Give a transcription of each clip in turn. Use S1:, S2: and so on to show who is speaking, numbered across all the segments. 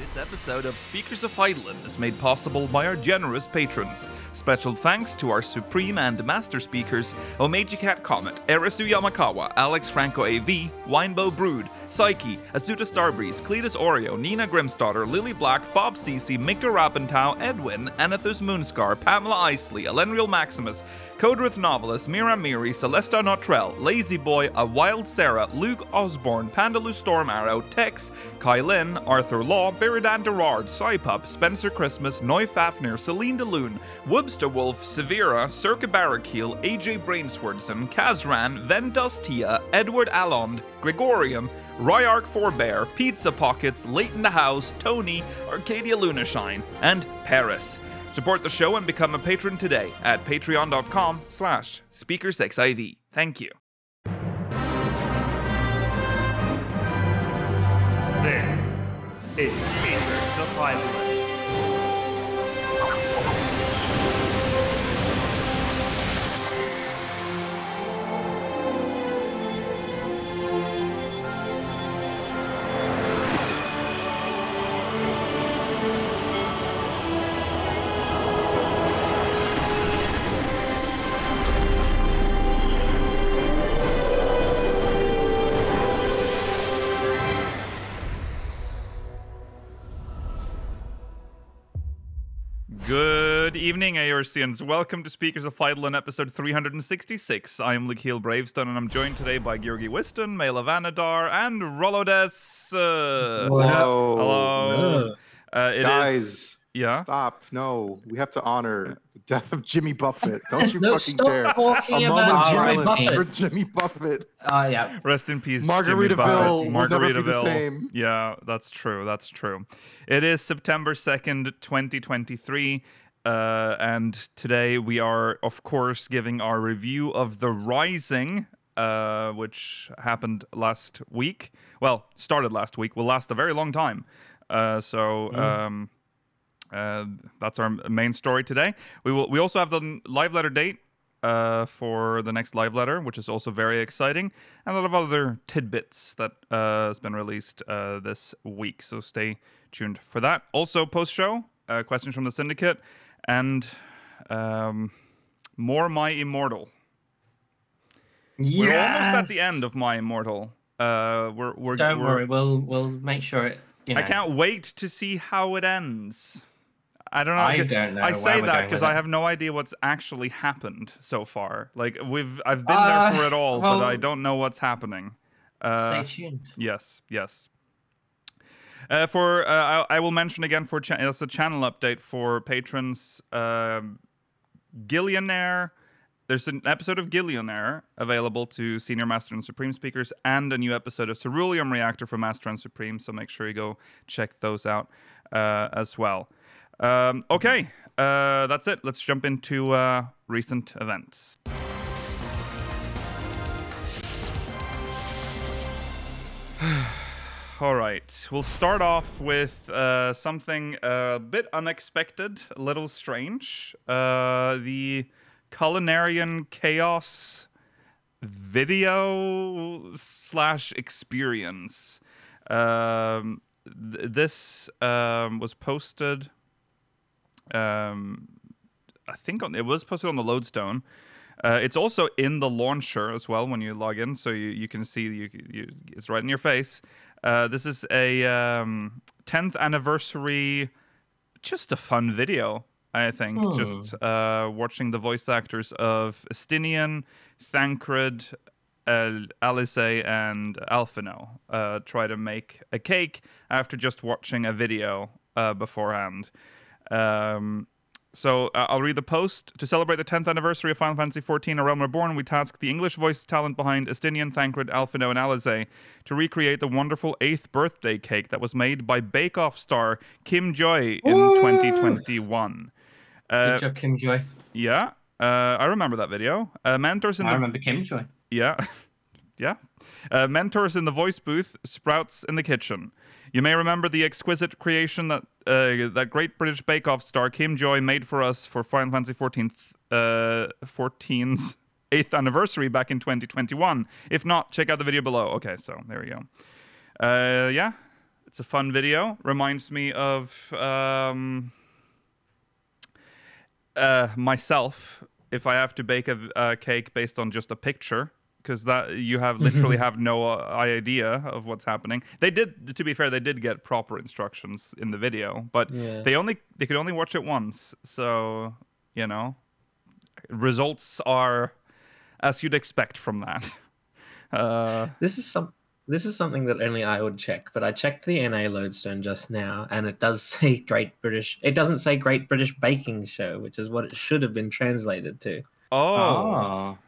S1: This episode of Speakers of Heidelin is made possible by our generous patrons. Special thanks to our supreme and master speakers, Omeji Cat Comet, Erisu Yamakawa, Alex Franco AV, Winebow Brood, Psyche, Azuta Starbreeze, Cletus Oreo, Nina Grimstarter, Lily Black, Bob Cece, Mictor Rappentow, Edwin, Anathus Moonscar, Pamela Isley, Elenriel Maximus, Codrith Novelist, Mira Miri, Celesta Notrell, Lazy Boy, A Wild Sarah, Luke Osborne, Pandalu Storm Arrow, Tex, Kylin, Arthur Law, Beridan Derard, Cypup, Spencer Christmas, Noy Fafnir, Celine DeLune, Woobster Wolf, Severa, Circa Barakeel, AJ Brainswordson, Kazran, Vendustia, Edward Allond, Gregorium, Royark Forbear, Pizza Pockets, Leighton the House, Tony, Arcadia Lunashine, and Paris. Support the show and become a patron today at patreon.com slash speakersxiv. Thank you.
S2: This is Speakers of Highland.
S1: Good evening, Aorcians. Welcome to Speakers of Fidel episode 366. I am Luke Heel Bravestone, and I'm joined today by Georgi Wiston, Mela Vanadar, and Rolodes. Uh,
S3: What up?
S4: Whoa.
S1: hello. Uh, it is-
S4: Guys,
S1: yeah.
S4: stop. No, we have to honor the death of Jimmy Buffett. Don't you
S3: No,
S4: fucking
S3: stop
S4: dare.
S3: talking
S4: A moment
S3: about
S4: of
S3: Jimmy
S4: silence
S3: Buffett.
S4: for Jimmy Buffett.
S3: Uh, yeah.
S1: Rest in peace, Jimmy
S4: Margaritaville
S1: Buffett.
S4: will never be the same.
S1: Yeah, that's true. That's true. It is September second, twenty twenty-three, uh, and today we are, of course, giving our review of The Rising, uh, which happened last week. Well, started last week. Will last a very long time. Uh, so.
S4: Mm.
S1: Um, uh, that's our main story today. We will. We also have the n- live letter date uh, for the next live letter, which is also very exciting, and a lot of other tidbits that uh, has been released uh, this week. So stay tuned for that. Also, post show uh, questions from the syndicate and um, more. My immortal. We're almost at the
S3: Yes!
S1: end of my immortal. Uh, we're we're.
S3: Don't
S1: we're,
S3: worry, we'll we'll make sure it. You know,
S1: I can't wait to see how it ends. I don't know.
S3: I
S1: because-
S3: don't know
S1: I
S3: where
S1: say
S3: we're
S1: that
S3: going
S1: because
S3: with
S1: I
S3: it.
S1: have no idea what's actually happened so far. Like we've, I've been
S3: Uh,
S1: there for it all,
S3: well-
S1: but I don't know what's happening.
S3: Stay
S1: Uh,
S3: tuned.
S1: yes, yes. Uh, for uh, I, I will mention again for cha- as a channel update for patrons, um, Gillionaire. There's an episode of Gillionaire available to senior master and supreme speakers, and a new episode of Ceruleum Reactor for master and supreme. So make sure you go check those out uh, as well. Um, okay, uh, that's it. Let's jump into uh, recent events. All right. We'll start off with uh, something a bit unexpected, a little strange. Uh, the Culinarian Chaos video slash experience. Um, th- this um, was posted. Um, I think on, it was posted on the Lodestone. Uh, it's also in the launcher as well when you log in, so you, you can see you, you it's right in your face. Uh, this is a um, 10th anniversary, just a fun video, I think. Just uh, watching the voice actors of Estinian, Thancred, El- Alice, and Alfino uh, try to make a cake after just watching a video uh, beforehand. Um, so uh, I'll read the post. To celebrate the 10th anniversary of Final Fantasy XIV: A Realm Reborn, we tasked the English voice talent behind Estinian, Thancred, Alfino, and Alizé to recreate the wonderful eighth birthday cake that was made by Bake Off star Kim Joy in 2021. uh,
S3: Good job, Kim Joy.
S1: Yeah, uh, I remember that video. Uh, mentors in
S3: I
S1: the
S3: remember Kim Joy.
S1: yeah. yeah. Uh, mentors in the voice booth, sprouts in the kitchen. You may remember the exquisite creation that uh, that great British Bake Off star Kim Joy made for us for Final Fantasy 14th, uh, 14's eighth anniversary back in 2021. If not, check out the video below. Okay, so there we go. Uh, yeah, it's It's a fun video. Reminds me of um, uh, myself if I have to bake a, a cake based on just a picture because that you have literally have no uh, idea of what's happening. They did, to be fair, they did get proper instructions in the video, but
S3: Yeah.
S1: they only they could only watch it once. So you know, results are as you'd expect from that. Uh,
S5: This is some. This is something that only I would check, but I checked the NA lodestone just now, and it does say Great British. It doesn't say Great British Baking Show, which is what it should have been translated to,
S1: oh,
S3: Oh.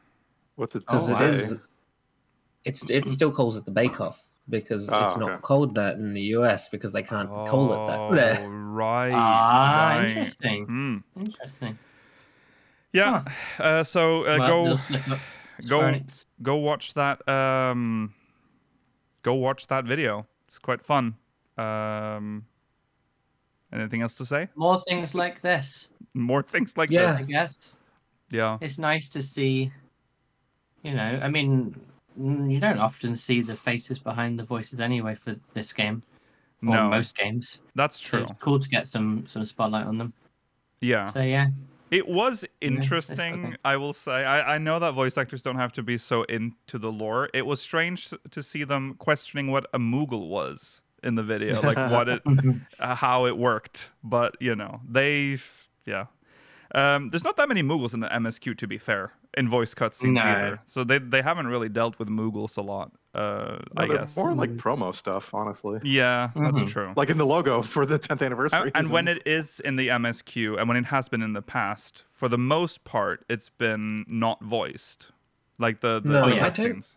S4: What's it?
S5: because
S4: this
S5: it is. It's it still calls it the Bake Off because
S4: Ah,
S5: it's not
S4: okay.
S5: called that in the US because they can't call it that.
S1: Oh,
S5: There.
S1: Right.
S3: Ah,
S1: right.
S3: interesting.
S1: Hmm.
S3: Interesting.
S1: Yeah. Uh, so uh,
S3: Well,
S1: go
S3: little slip up.
S1: go-
S3: Square Enix.
S1: go watch that um go watch that video it's quite fun um anything else to say
S3: More things like this,
S1: more things like
S5: Yeah.
S1: this
S3: I guess.
S1: yeah
S3: It's nice to see. You know, I mean, mm, you don't often see the faces behind the voices anyway for this game or
S1: no
S3: most games.
S1: that's
S3: So
S1: true
S3: it's cool to get some some spotlight on them.
S1: yeah
S3: So yeah,
S1: it was
S3: it's
S1: interesting
S3: okay.
S1: i will say I, I know that voice actors don't have to be so into the lore it was strange to see them questioning what a moogle was in the video like what it uh, how it worked, but you know they, yeah. Um, there's not that many Moogles in the MSQ, to be fair, in voice cutscenes
S3: No.
S1: either. So they they haven't really dealt with Moogles a lot, uh, I guess.
S4: more like promo stuff, honestly.
S1: Yeah,
S3: Mhm.
S1: that's true.
S4: Like in the logo for the 10th anniversary.
S1: And, and when it is in the MSQ, and when it has been in the past, for the most part, it's been not voiced, like the the,
S5: No,
S1: the
S5: yeah. I don't-
S1: cutscenes.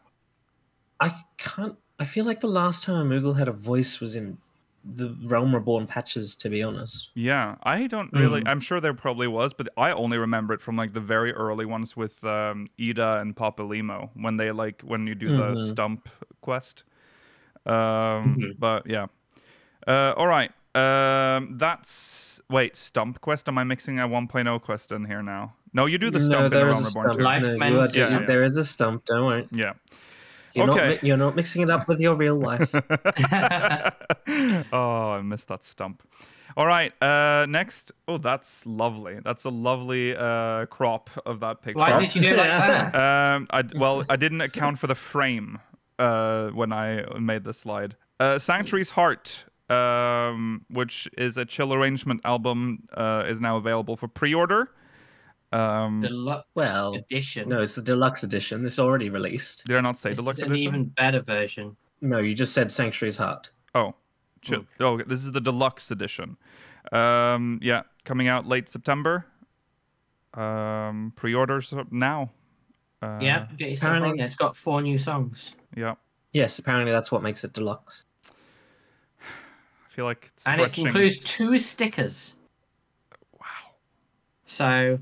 S5: I can't. I feel like the last time a Moogle had a voice was in the Realm Reborn patches. To be honest.
S1: Yeah, I don't really.
S5: Mm.
S1: I'm sure there probably was, but I only remember it from like the very early ones with um, Ida and Papa Limo when they like when you do the
S5: Mhm.
S1: stump quest. Um,
S5: Mm-hmm.
S1: But yeah, uh, all right. Um, that's wait, stump quest. Am I mixing a 1.0 quest in here now? No, you do the stump in the
S5: there is
S1: Realm
S5: a
S1: Reborn
S5: stump.
S1: too.
S3: Life
S5: No, you
S3: meant-
S5: are-
S1: Yeah, yeah.
S5: There is a stump. Don't worry.
S1: Yeah.
S5: You're not
S1: Okay.
S5: mi- you're not mixing it up with your real life.
S1: oh, I missed that stump. All right, uh, next. Oh, that's lovely. That's a lovely uh, crop of that picture.
S3: why did you do it like that?
S1: Um, I d- well, I didn't account for the frame uh, when I made the slide. Uh, Sanctuary's Heart, um, which is a chill arrangement album, uh, is now available for pre-order. Um,
S3: Deluxe
S5: Well,
S3: edition.
S5: no, it's the deluxe edition. It's already released.
S1: did I not say
S3: this
S1: deluxe
S3: is an
S1: edition?
S3: even better version.
S5: No, you just said Sanctuary's Heart.
S1: Oh, chill.
S3: Hmm.
S1: oh, this is the deluxe edition. Um, yeah, coming out late September. Um, pre-orders are now. Uh,
S3: yeah, get yourself on
S5: apparently-
S3: there. It's got four new songs,
S1: yeah.
S5: Yes, apparently that's what makes it deluxe.
S1: I feel like it's
S3: and it
S1: stretching.
S3: includes two stickers.
S1: wow.
S3: So,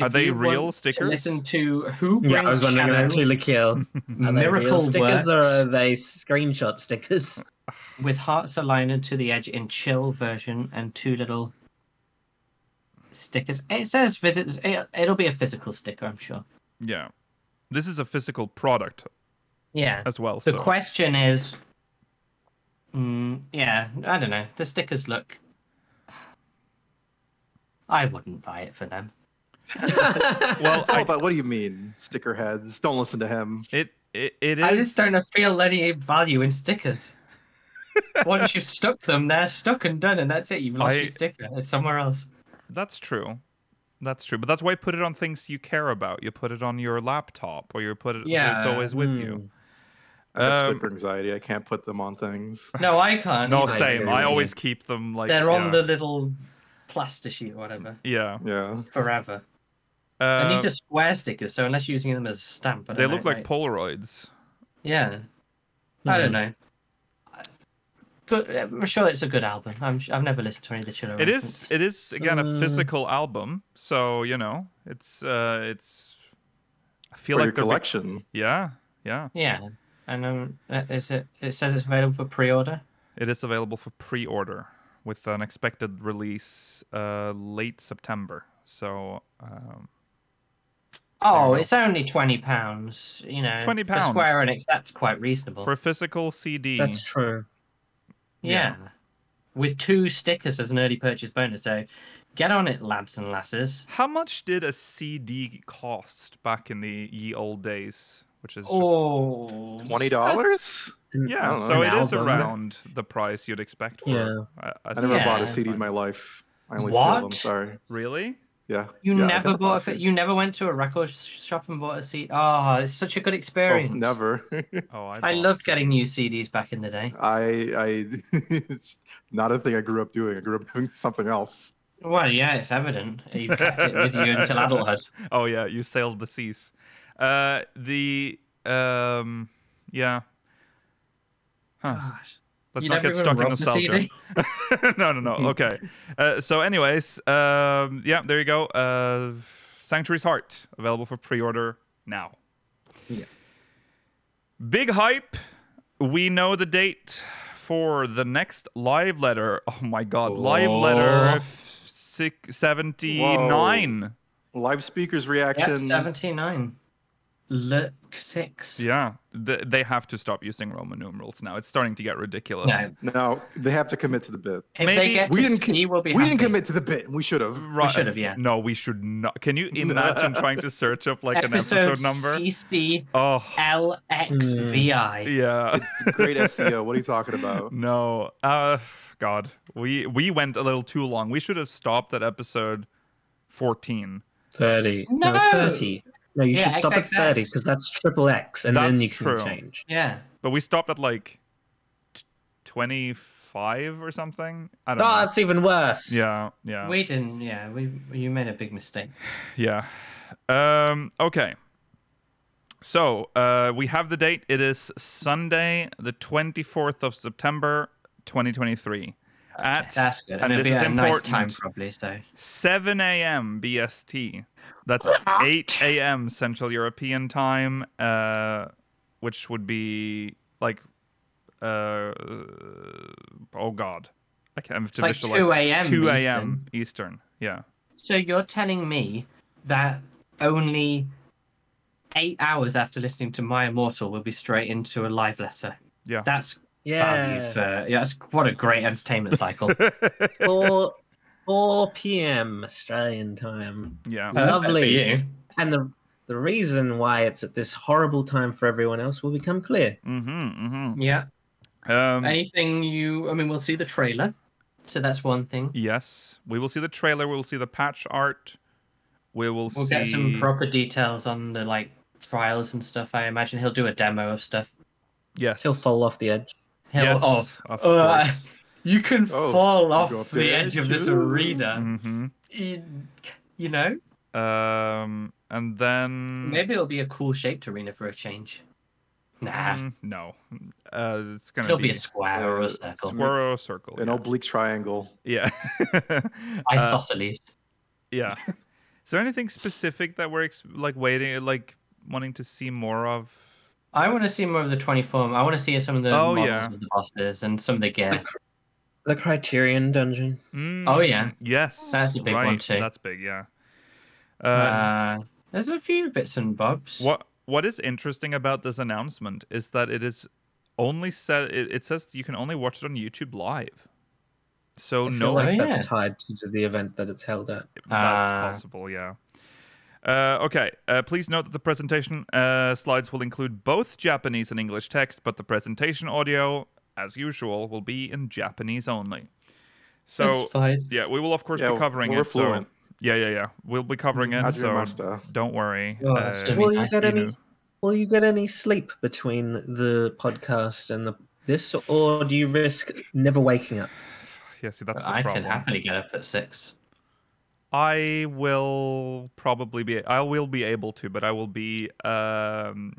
S1: Are
S3: if
S1: they
S3: you
S1: real
S3: want
S1: stickers?
S3: To listen to who brings
S5: Yeah, I was wondering
S3: shadow
S5: that too, Lakiel. Are they real
S3: Miracle
S5: stickers or
S3: works.
S5: are they screenshot stickers?
S3: with hearts aligned to the edge in chill version and two little stickers. It says visit. It, it'll be a physical sticker, I'm sure.
S1: Yeah. This is a physical product
S3: Yeah.
S1: as well.
S3: The
S1: so.
S3: question is, mm, yeah, I don't know. The stickers look. I wouldn't buy it for them.
S1: well,
S4: it's all
S1: I-
S4: about what do you mean, sticker heads? Don't listen to him.
S1: it, it, it is.
S3: I just don't feel any value in stickers. Once you've stuck them, they're stuck and done, and that's it. You've lost
S1: I-
S3: your sticker. It's somewhere else.
S1: That's true. That's true. But that's why you put it on things you care about. You put it on your laptop or you put it so it's
S3: Yeah, Hmm.
S1: always with you.
S4: I have
S1: Um,
S4: sticker anxiety. I can't put them on things.
S3: No, I can't.
S1: no,
S3: either.
S1: same. I
S5: yeah.
S1: always keep them like
S3: They're on
S1: yeah.
S3: the little plaster sheet or whatever
S1: yeah.
S4: Yeah.
S3: forever.
S1: Uh,
S3: and these are square stickers, so unless you're using them as a stamp, I
S1: they
S3: don't
S1: look
S3: know,
S1: like Hmm. Polaroids.
S3: Yeah. I
S5: Mhm.
S3: don't know. Good. I'm sure it's a good album. I'm. Sh- I've never listened to any of the Chiller.
S1: It is. It is again a
S5: Uh,
S1: physical album, so you know it's. uh It's. I feel
S4: Or your
S1: like they're. be-
S4: collection.
S1: Yeah, yeah.
S3: Yeah. And um, uh, is it? It says it's available for pre-order.
S1: It is available for pre-order with an expected release uh late September. So um
S3: Oh,
S1: go.
S3: it's only twenty pounds. You know,
S1: £20.
S3: for Square Enix. That's quite reasonable.
S1: for a physical CD,
S5: That's true.
S3: Hmm. Yeah. With two stickers as an early purchase bonus. So get on it, lads and lasses.
S1: How much did a CD cost back in the ye old days? Which is just,
S3: Oh.
S4: Twenty dollars?
S5: Mm,
S4: I
S1: yeah,
S4: don't know,
S1: so
S5: an
S1: it is
S5: album.
S1: around the price you'd expect for
S5: Yeah.
S1: a- a
S4: I never
S1: CD.
S4: bought
S3: Yeah.
S4: a CD in my life. I only sold them.
S3: What?
S4: Sorry.
S1: Really?
S4: Yeah.
S3: You
S4: yeah, I
S3: never
S4: got
S3: bought a,
S4: plastic.
S3: fi- you never went to a record sh- shop and bought a CD. Oh, it's such a good
S4: Oh,
S3: experience.
S4: never.
S1: Oh, I,
S3: I
S1: bought
S3: loved
S1: some.
S3: getting new CDs back in the day.
S4: I I it's not a thing I grew up doing. I grew up doing something else.
S3: Well, yeah, it's evident. You've kept it with you until adulthood.
S1: Oh yeah, you sailed the seas. Uh, the um, yeah. Huh.
S3: Gosh.
S1: Let's
S3: You
S1: not
S3: never
S1: get
S3: even
S1: stuck in
S3: robbed the Mm-hmm.
S1: nostalgia.
S3: CD?
S1: no, no, no. Okay. Uh, so, anyways, um, yeah, there you go. Uh, Sanctuary's Heart available for pre-order now.
S3: Yeah.
S1: Big hype. We know the date for the next live letter. Oh my God, live
S3: Oh.
S1: letter f- six seventy nine.
S4: Live speakers
S3: Yep,
S4: reaction.
S3: 79. Look, six.
S1: Yeah, th- they have to stop using Roman numerals now. It's starting to get ridiculous.
S3: No,
S4: no, they have to commit to the bit.
S3: if
S1: Maybe-
S3: they get
S4: We
S3: to
S4: didn't,
S3: C,
S4: com-
S3: we'll be
S4: we
S3: happy.
S4: didn't commit to the bit. and We should have.
S1: Right.
S3: should have, yeah.
S1: No, we should not. Can you imagine trying to search up like an episode number? Mm.
S3: CC
S1: Oh,
S3: LXVI.
S1: yeah.
S4: Great SEO. What are you talking about?
S1: No. Uh, God, we we went a little too long. We should have stopped at episode fourteen.
S5: Thirty. No,
S3: No.
S5: thirty. No, you
S3: Yeah,
S5: should stop at
S3: XXX.
S5: thirty because that's triple X, and then
S1: That's
S5: you can
S1: true.
S5: change.
S3: Yeah.
S1: But we stopped at like twenty five or something. I
S5: Oh,
S1: don't know.
S5: that's even worse.
S1: Yeah, yeah.
S3: We didn't, yeah, we you made a big mistake.
S1: Yeah. Um, okay. So uh, we have the date. It is Sunday, the 24th of September, 2023, at
S3: That's good.
S1: and
S3: And, it'll
S1: this
S3: be
S1: is
S3: a nice time
S1: important.
S3: probably, so
S1: 7 a.m. BST. That's 8 a.m. Central European time, uh, which would be like, uh, oh God, I can't I have to
S3: it's like
S1: visualize. 2
S3: two AM. Eastern.
S1: a.m. Eastern. Yeah.
S3: So you're telling me that only eight hours after listening to My Immortal will be straight into a live letter.
S1: Yeah.
S3: That's value
S5: Yeah.
S3: for yeah, that's what a great entertainment cycle. Oh.
S5: Four, four p.m. Australian time.
S1: yeah.
S5: Lovely.
S3: Perfect for you.
S5: And the the reason why it's at this horrible time for everyone else will become clear.
S1: Mm-hmm.
S3: Yeah.
S1: Mm-hmm. Um,
S3: Anything you I mean we'll see the trailer. So that's one thing.
S1: Yes, we will see the trailer. We will see the patch art. We will
S3: We'll
S1: see.
S3: get some proper details on the like trials and stuff. I imagine he'll do a demo of stuff.
S1: Yes.
S5: He'll fall off the edge.
S3: He'll
S1: yes,
S3: oh
S1: of
S3: uh,
S1: course.
S3: you can
S4: Oh,
S3: fall off
S4: drop
S3: the
S4: the
S3: edge of
S4: edge.
S3: this
S4: Ooh.
S3: arena.
S1: Mhm.
S3: You, you know?
S1: Um, and then
S3: Maybe it'll be a cool shaped arena for a change. Nah,
S1: Mm, no, uh, it's gonna
S3: it'll be a square or
S4: uh,
S3: a circle.
S1: squirrel circle.
S4: An oblique triangle.
S1: yeah. Yeah. uh,
S3: Isosceles.
S1: yeah. Is there anything specific that we're ex- like waiting, like wanting to see more of?
S3: I want to see more of the 24. I want to see some of the
S1: Oh,
S3: models
S1: yeah.
S3: of the bosses and some of the gear.
S5: The Criterion Dungeon.
S3: Oh, yeah.
S1: Mm, Yes.
S3: That's a big one
S1: right,
S3: too.
S1: That's big. Yeah. Um,
S3: Uh, there's a few bits and bobs.
S1: What what is interesting about this announcement is that it is only said it, it says you can only watch it on YouTube live. So
S5: I feel
S1: no
S5: like
S3: Oh, yeah.
S5: that's tied to the event that it's held at.
S1: that's
S3: Ah.
S1: possible, yeah. Uh, okay, uh, please note that the presentation uh, slides will include both Japanese and English text, but the presentation audio, as usual, will be in Japanese only. So,
S3: That's fine.
S1: yeah, we will, of course,
S4: Yeah,
S1: be covering
S4: we're
S1: it.
S4: fluent. Mm,
S1: So, yeah, yeah, yeah. We'll be covering it. So,
S4: Hajimasta.
S1: don't worry.
S3: Oh, that's
S1: Uh,
S3: gonna be
S5: Will you
S3: nice,
S5: get
S1: you
S5: any?
S1: know.
S5: Will you get any sleep between the podcast and the this, or do you risk never waking up?
S1: yeah, see, that's the
S3: I
S1: problem.
S3: could happily get up at six.
S1: I will probably be. I will be able to, but I will be um,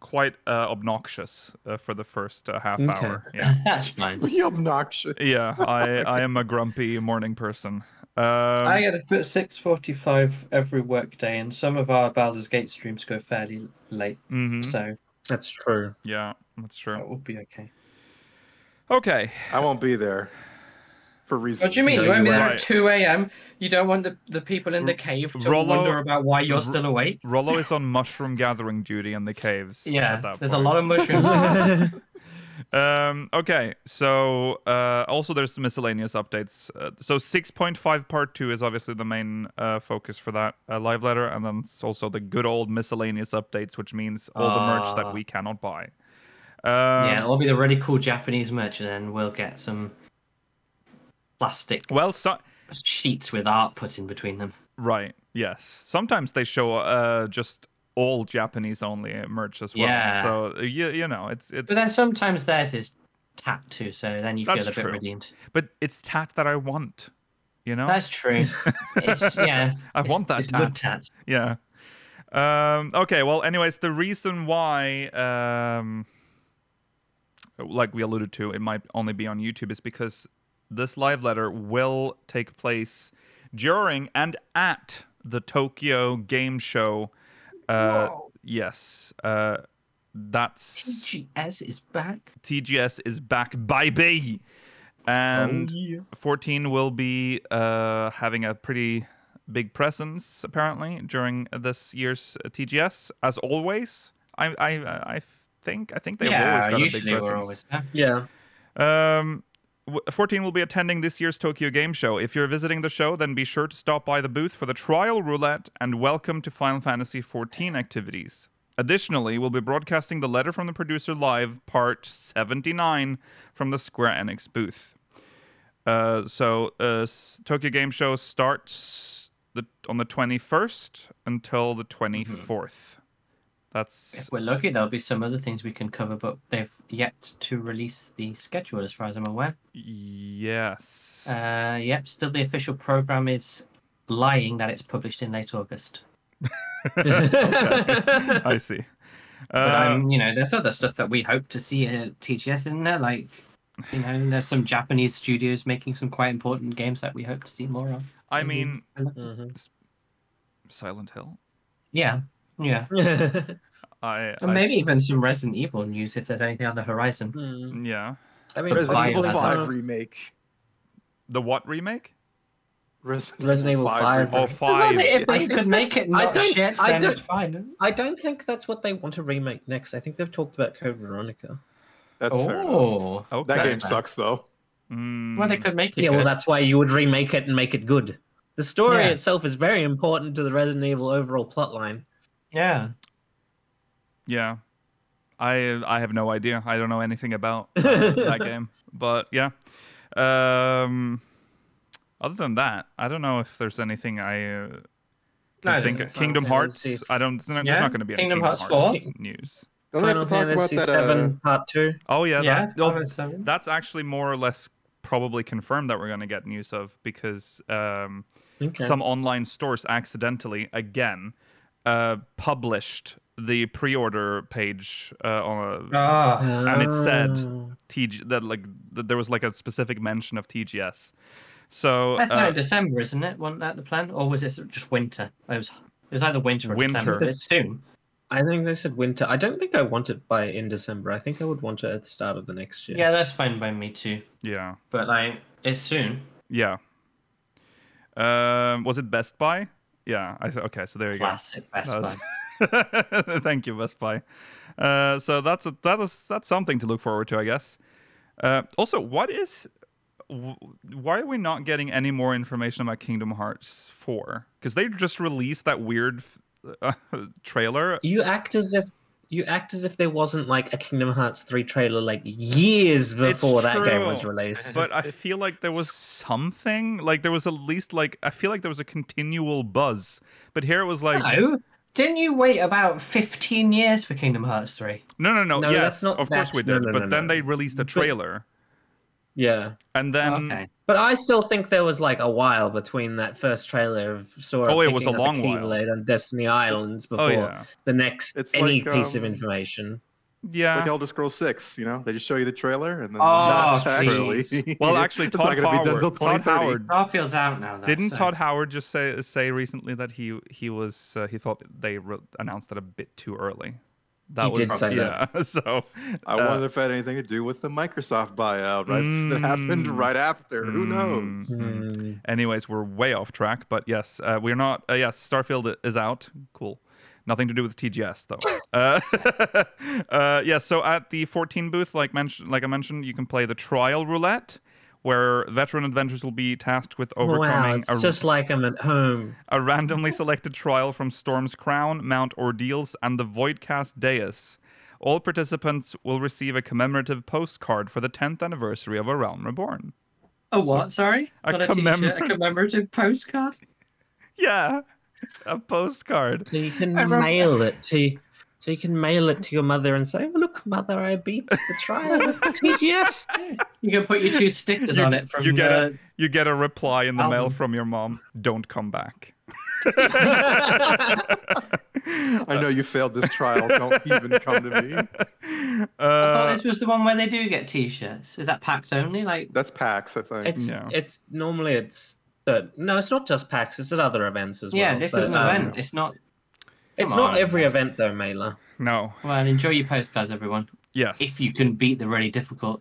S1: quite uh, obnoxious uh, for the first uh, half
S5: Okay.
S1: hour. Yeah,
S3: That's fine.
S4: Be obnoxious.
S1: yeah. I, I am a grumpy morning person. Um,
S3: I get up at six forty-five every workday, and some of our Baldur's Gate streams go fairly late,
S1: mhm,
S3: so
S5: That's true.
S1: Yeah, that's true.
S3: that will be okay.
S1: Okay.
S4: I won't be there for reasons.
S3: What do you mean?
S5: No,
S3: you won't be
S5: you're
S3: there
S1: right.
S3: at 2 a.m. You don't want the, the people in the cave to
S1: Rollo-
S3: wonder about why
S1: R-
S3: you're still awake?
S1: Rollo is on mushroom gathering duty in the caves. at
S3: Yeah,
S1: that
S3: there's a
S1: point.
S3: lot of mushrooms.
S1: Um, okay, so uh, also there's some miscellaneous updates. Uh, so 6.5 part 2 is obviously the main uh, focus for that uh, live letter, and then it's also the good old miscellaneous updates, which means all the merch
S3: Ah.
S1: that we cannot buy. Um,
S3: yeah, it'll be the really cool Japanese merch, and then we'll get some plastic
S1: Well, so-
S3: sheets with art put in between them.
S1: right, yes. Sometimes they show uh, just all Japanese only merch as well.
S3: Yeah.
S1: So you, you know, it's it's
S3: But then sometimes theirs is tapped too, so then you
S1: That's
S3: feel a bit
S1: true.
S3: redeemed.
S1: but it's tat that I want. You know?
S3: That's true. It's, yeah,
S1: I
S3: it's-
S1: want that
S3: it's good tat.
S1: yeah. Um, okay. Well, anyways, the reason why, um, like we alluded to, it might only be on YouTube is because this live letter will take place during and at the Tokyo Game Show. Uh, yes. Uh, that's
S3: TGS is back.
S1: TGS is back, baby.
S5: Oh.
S1: And 14 will be uh, having a pretty big presence apparently during this year's uh, TGS, as always. I I I think I think they've always
S3: yeah,
S1: got
S3: usually
S1: a big
S3: we're
S1: presence.
S3: always there.
S5: Yeah.
S1: Um, w- 14 will be attending this year's Tokyo Game Show. If you're visiting the show, then be sure to stop by the booth for the trial roulette and welcome to Final Fantasy 14 activities. Additionally, we'll be broadcasting the letter from the producer live, part 79, from the Square Enix booth. Uh, so uh, s- Tokyo Game Show starts the, on the 21st until the 24th. That's
S3: If we're lucky, there'll be some other things we can cover, but they've yet to release the schedule, as far as I'm aware.
S1: yes.
S3: Uh, yep, still the official program is lying that it's published in late August.
S1: I see.
S3: But
S1: Uh,
S3: I'm, you know, there's other stuff that we hope to see uh, at TGS in there, like, you know, there's some Japanese studios making some quite important games that we hope to see more of.
S1: I
S3: Maybe.
S1: mean,
S5: Mhm.
S1: Silent Hill.
S3: Yeah, yeah,
S1: I, I
S3: and maybe even some Resident Evil news if there's anything on the horizon.
S5: Mm.
S1: yeah.
S5: I mean,
S4: Resident Evil
S3: Bioware.
S4: 5 remake.
S1: the what remake?
S4: Resident,
S5: Resident Evil 5
S1: Oh,
S4: remake.
S1: five.
S3: if
S5: I
S3: they
S5: think
S3: could make
S5: that's-
S3: it
S5: I
S3: not
S5: don't-
S3: shit,
S5: I
S3: then
S5: don't-
S3: it's fine.
S5: I don't think that's what they want to remake next. I think they've talked about Code Veronica.
S4: That's fair. enough.
S3: oh,
S1: Okay.
S4: That
S3: That's
S4: game
S3: fair.
S4: sucks though.
S1: Mm,
S3: well, they could make it.
S5: Yeah, well,
S3: good.
S5: that's why you would remake it and make it good. The story
S3: Yeah.
S5: itself is very important to the Resident Evil overall plotline.
S3: yeah.
S1: Yeah. I I have no idea. I don't know anything about uh, that game. But yeah. Um other than that, I don't know if there's anything I uh, can
S3: No,
S1: think
S5: no,
S1: of. Kingdom
S5: Final
S1: Hearts.
S5: Fantasy.
S1: I don't. There's not,
S3: Yeah,
S1: going to be any
S3: Kingdom
S1: Kingdom
S3: Hearts
S1: Hearts,
S3: 4.
S1: news.
S4: Doesn't have to
S5: Final
S4: talk about
S5: Fantasy
S4: that.
S5: VII
S4: Uh,
S5: Part Two.
S1: Oh yeah.
S3: Yeah,
S1: that- oh,
S3: five and seven.
S1: that's actually more or less probably confirmed that we're going to get news of because um,
S5: Okay.
S1: some online stores accidentally again uh, published the pre-order page uh, on a,
S3: Ah,
S1: and it said-
S5: Oh.
S1: TG that like that there was like a specific mention of TGS. So
S3: that's
S1: uh,
S3: now in December, isn't it? Wasn't that the plan, or was it just winter? It was. It was either winter or December.
S1: Winter.
S3: but It's soon.
S5: I think they said winter. I don't think I want it by in December. I think I would want it at the start of the next year.
S3: Yeah, that's fine by me too.
S1: yeah,
S3: But like, it's soon.
S1: yeah. Um, was it Best Buy? Yeah. I th- okay. So there you go.
S3: Classic Best
S1: That
S3: Buy.
S1: was- Thank you, Best Buy. Uh, so that's a, that is that's something to look forward to, I guess. Uh, also, what is wh- why are we not getting any more information about Kingdom Hearts Four? Because they just released that weird uh, trailer.
S5: You act as if you act as if there wasn't like a Kingdom Hearts three trailer like years before that game was
S1: true.
S5: released.
S1: But I feel like there was something, like there was at least like I feel like there was a continual buzz. But here it was like,
S3: No, didn't you wait about 15 years for Kingdom Hearts 3?
S1: no, no, no,
S5: No,
S1: yes,
S5: that's not
S1: of course
S5: that-
S1: we
S5: no,
S1: did.
S5: no,
S1: but
S5: no,
S1: then
S5: no.
S1: they released a trailer,
S5: yeah.
S1: and then
S3: okay.
S5: But I still think there was like a while between that first trailer of Sora
S1: Oh, it was
S5: picking
S1: a
S5: up
S1: long
S5: the
S1: while.
S5: Keyblade on Destiny Islands before
S1: oh yeah,
S5: the next
S4: It's
S5: any
S4: like,
S5: piece of
S4: um,
S5: information.
S1: yeah.
S4: It's like Elder Scrolls Six, you know? They just show you the trailer and then
S3: Oh,
S4: that's actually
S3: please.
S1: Well, actually,
S4: it's
S1: Todd
S4: not gonna be done
S1: Howard.
S4: till
S1: Todd
S4: 2030.
S1: Howard
S3: Starfield's out now, though.
S1: didn't
S3: so-
S1: Todd Howard just say say recently that he he was uh, he thought they re- announced that a bit too early. That
S5: He
S1: was
S5: did say
S1: yeah.
S5: that.
S1: So
S4: I
S1: uh,
S4: wonder if it had anything to do with the Microsoft buyout, right? That happened
S1: Mm.
S4: right after. Who
S1: Mm.
S4: knows?
S5: Hmm.
S1: Anyways, we're way off track, but yes, uh, we're not. Uh, yes, Starfield i- is out. Cool. Nothing to do with TGS though. uh, uh, yeah. So at the 14 booth, like mentioned, like I mentioned, you can play the trial roulette, where veteran adventurers will be tasked with overcoming
S5: Wow, it's
S1: a
S5: just like I'm at home.
S1: a randomly selected trial from Storm's Crown, Mount Ordeals, and the Voidcast Dais. All participants will receive a commemorative postcard for the 10th anniversary of A Realm Reborn.
S3: A what? Sorry,
S1: A
S3: Not a, t-shirt,
S1: commemor-
S3: a commemorative postcard.
S1: Yeah, a postcard.
S5: So you can
S3: I remember-
S5: mail it to so you can mail it to your mother and say, "Oh, "Look, mother, I beat the trial at TGS."
S3: You can put your two stickers on it from
S1: you get
S3: uh,
S1: a you get a reply in the mail
S3: album.
S1: from your mom. Don't come back.
S4: I know you failed this trial. Don't even come to me.
S3: I thought
S1: Uh,
S3: this was the one where they do get T-shirts. Is that PAX only? Like,
S4: That's PAX, I think.
S5: It's
S1: Yeah.
S5: it's normally it's but no, it's not just PAX. It's at other events as well.
S3: yeah, this is
S5: but,
S3: an
S5: um,
S3: event. It's not.
S5: It's
S3: Come
S5: not
S3: on.
S5: every event though, Mailer.
S1: no.
S3: Well, enjoy your postcards, everyone.
S1: Yes.
S3: If you can beat the really difficult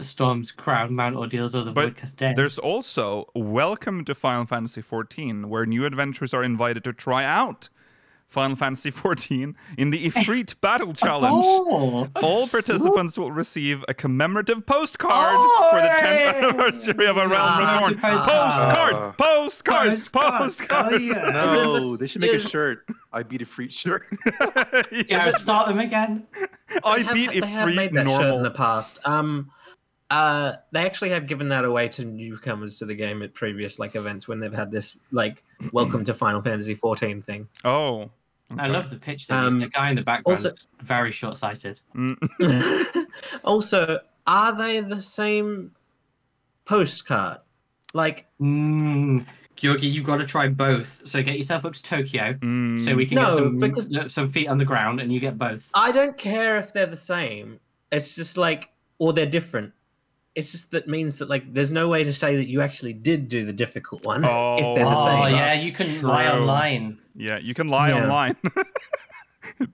S3: storms, crown, mount ordeals, or the
S1: But
S3: vodcast dance.
S1: There's also Welcome to Final Fantasy XIV, where new adventurers are invited to try out Final Fantasy XIV in the Ifrit Battle Challenge.
S3: Oh,
S1: All participants will receive a commemorative postcard for the 10th
S3: Oh, Hooray!
S1: anniversary of A
S3: Ah,
S1: Realm Reborn.
S3: it's a postcard.
S1: Postcard! Postcard!
S3: Postcard. Oh,
S1: Postcard!
S3: yeah.
S4: no,
S5: Is it the-
S4: they should make a
S5: is-
S4: shirt. I beat a free shirt.
S3: yeah,
S1: Yes.
S3: start them again.
S1: I
S5: They have-
S1: beat
S5: they have
S1: Ifrit
S5: made that shirt in
S1: normal.
S5: the past. Um, uh, they actually have given that away to newcomers to the game at previous like events when they've had this like welcome to Final Fantasy 14 thing.
S1: Oh.
S3: I
S1: okay.
S3: love the pitch. That is.
S5: Um,
S3: the guy in the background,
S5: also-
S3: very short-sighted.
S1: Mm.
S5: also, are they the same postcard? Like,
S3: Mm, Gyorgy, you've got to try both. So get yourself up to Tokyo,
S1: Mm.
S3: so we can get
S5: No,
S3: some,
S5: because-
S3: some feet on the ground, and you get both.
S5: I don't care if they're the same. It's just like, or they're different. It's just that means that like, there's no way to say that you actually did do the difficult one if they're the
S3: oh
S5: same.
S3: yeah,
S1: That's
S3: you can lie
S1: true.
S3: online.
S1: Yeah, you can lie
S5: Yeah.
S1: online.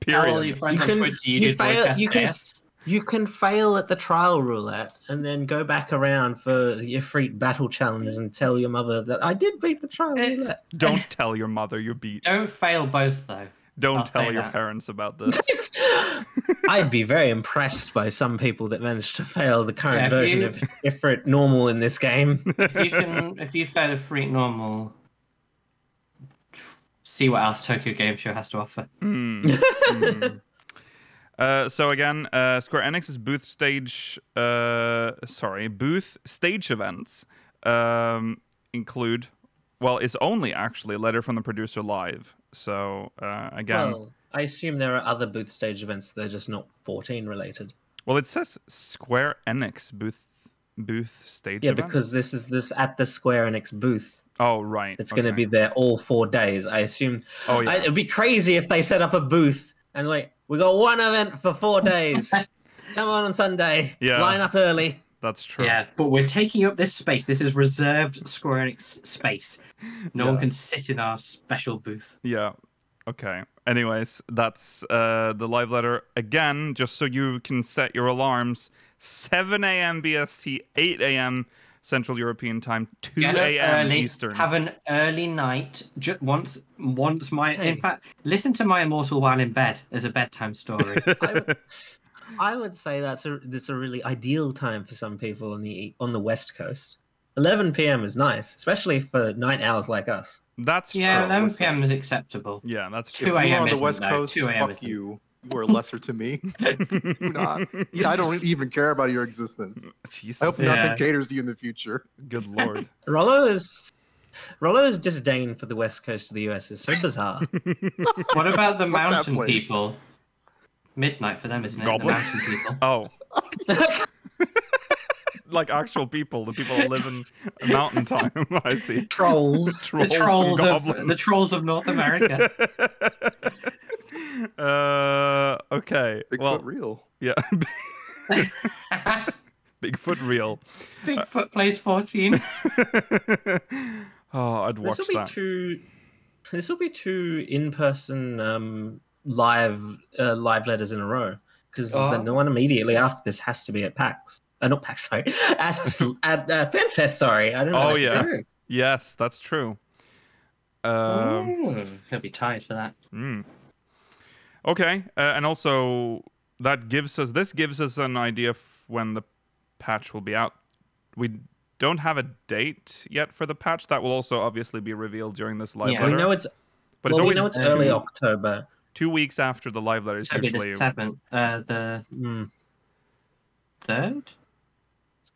S3: Tell all your
S1: Period.
S3: friends
S5: You
S3: on
S5: can-
S3: Twitter you,
S5: you
S3: did
S5: fail-
S3: podcast
S5: you can-
S3: test.
S5: You can fail at the trial roulette and then go back around for the Ifrit battle challenge and tell your mother that I did beat the trial
S3: Eh.
S5: roulette.
S1: Don't tell your mother you're beat.
S3: Don't fail both though.
S1: Don't
S3: I'll
S1: tell
S3: say
S1: your
S3: that.
S1: parents about this.
S5: I'd be very impressed by some people that managed to fail the current
S3: Yeah, if
S5: version
S3: you-
S5: of Ifrit normal in this game.
S3: If you can, if you fail a freak normal, see what else Tokyo Game Show has to offer.
S1: Mm. Mm. Uh, so again, uh, Square Enix's booth stage, uh, sorry, booth stage events um, include, well, it's only actually Letter from the Producer live. So uh, again, well,
S5: Well, I assume there are other booth stage events. They're just not 14 related.
S1: it says Square Enix booth booth stage.
S5: Yeah,
S1: event?
S5: because this is this at the Square Enix booth.
S1: oh right,
S5: It's going to
S1: okay.
S5: be there all four days. I assume.
S1: Oh, yeah.
S5: I, it'd be crazy if they set up a booth and like we got one event for four days. Come on on Sunday.
S1: Yeah.
S5: Line up early.
S1: that's true.
S3: Yeah, but we're taking up this space. This is reserved Square Enix space. No one
S1: Yeah.
S3: can sit in our special booth.
S1: Yeah. Okay. Anyways, that's uh, the live letter again. Just so you can set your alarms: 7 a.m. BST, 8 a.m. Central European Time, 2
S3: Get up
S1: a.m.
S3: early,
S1: Eastern.
S3: have an early night. Ju- once, once my. In
S5: Hey.
S3: fact, listen to my Immortal while in bed as a bedtime story.
S5: I, I would say that's a that's a really ideal time for some people on the on the West Coast. 11 p.m. is nice, especially for night hours like us.
S1: that's
S3: yeah,
S1: true.
S3: 11
S4: listen.
S3: p.m. is acceptable.
S1: Yeah, that's
S4: If you
S1: true.
S3: 2
S4: are
S3: a.m.
S4: on the
S3: isn't,
S4: West
S3: though.
S4: Coast,
S3: 2 a.m.
S4: fuck
S3: isn't.
S4: you. You are lesser to me. You're not. Yeah, I don't even care about your existence.
S1: Jesus.
S4: I hope
S3: Yeah.
S4: nothing caters to you in the future.
S1: Good lord.
S5: Rollo's Rollo's disdain for the West Coast of the U.S. is so bizarre.
S3: What about the
S4: Fuck that
S3: mountain
S4: place.
S3: people? Midnight for them, isn't it?
S1: Goblins.
S3: The mountain people.
S1: Oh. like actual people, the people that live in mountain time. I see.
S5: Trolls.
S1: Trolls, and
S3: the trolls of the
S1: goblins.
S3: trolls of North America.
S1: uh, okay.
S4: Bigfoot
S1: well,
S4: real.
S1: yeah. Bigfoot real.
S3: Bigfoot plays fourteen.
S1: oh, I'd watch
S5: This will be
S1: that.
S5: two. This will be two in-person um, live uh, live letters in a row because the
S3: Oh.
S5: one immediately after this has to be at PAX. Uh, not PAX, sorry. At, at uh, FanFest, sorry. I don't know.
S1: Oh,
S5: what I
S1: yeah.
S5: said.
S1: yes, that's true. Um,
S3: Hmm, Ooh, He'll be tired for that.
S1: mm. Okay, uh, and also that gives us this gives us an idea of when the patch will be out. We don't have a date yet for the patch. That will also obviously be revealed during this live
S3: Yeah.
S5: We
S1: letter.
S5: know it's
S1: but
S5: well,
S1: it's
S5: we
S1: always
S5: know it's
S3: um,
S5: early October.
S1: two weeks after the live letter is
S3: Toby the
S1: usually. It's
S3: seventh, uh, the
S5: Mm.
S3: third.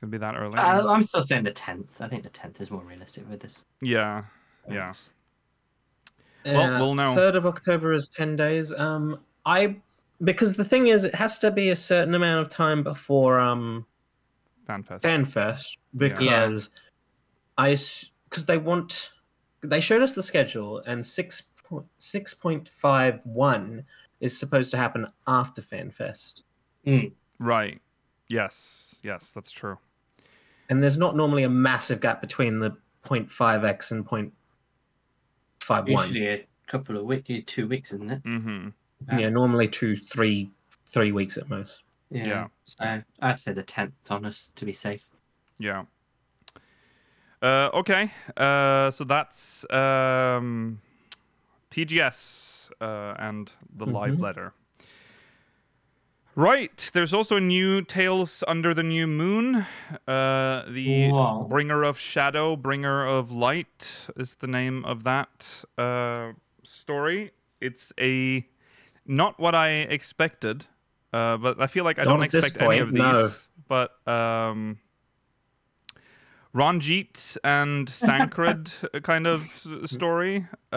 S1: gonna be that early.
S3: Uh, I'm still saying the tenth. I think the tenth is more realistic with this.
S1: yeah, yeah.
S5: Uh,
S1: Well, we'll know.
S5: Third of October is ten days. Um, I because the thing is, it has to be a certain amount of time before um
S1: FanFest.
S5: FanFest because I because they want they showed us the schedule and six point six point five one is supposed to happen after FanFest.
S1: Right. Yes. Yes, that's true.
S5: And there's not normally a massive gap between the 0.5x and 0.51.
S3: Usually a couple of weeks, two weeks, isn't it?
S1: Mm-hmm.
S5: Yeah, normally two, three, three weeks at most.
S1: Yeah.
S3: So I'd say the tenth on us to be safe.
S1: Yeah. Uh, okay. Uh, so that's um, TGS uh, and the live
S5: Mhm.
S1: letter. Right. There's also a new Tales Under the New Moon. Uh, the
S3: Wow.
S1: Bringer of Shadow, Bringer of Light is the name of that uh, story. It's a not what I expected, uh, but I feel like I
S5: Not
S1: don't
S5: at this
S1: expect any
S5: point,
S1: of these.
S5: no.
S1: But um, Ranjit and Thancred kind of s- story. Uh,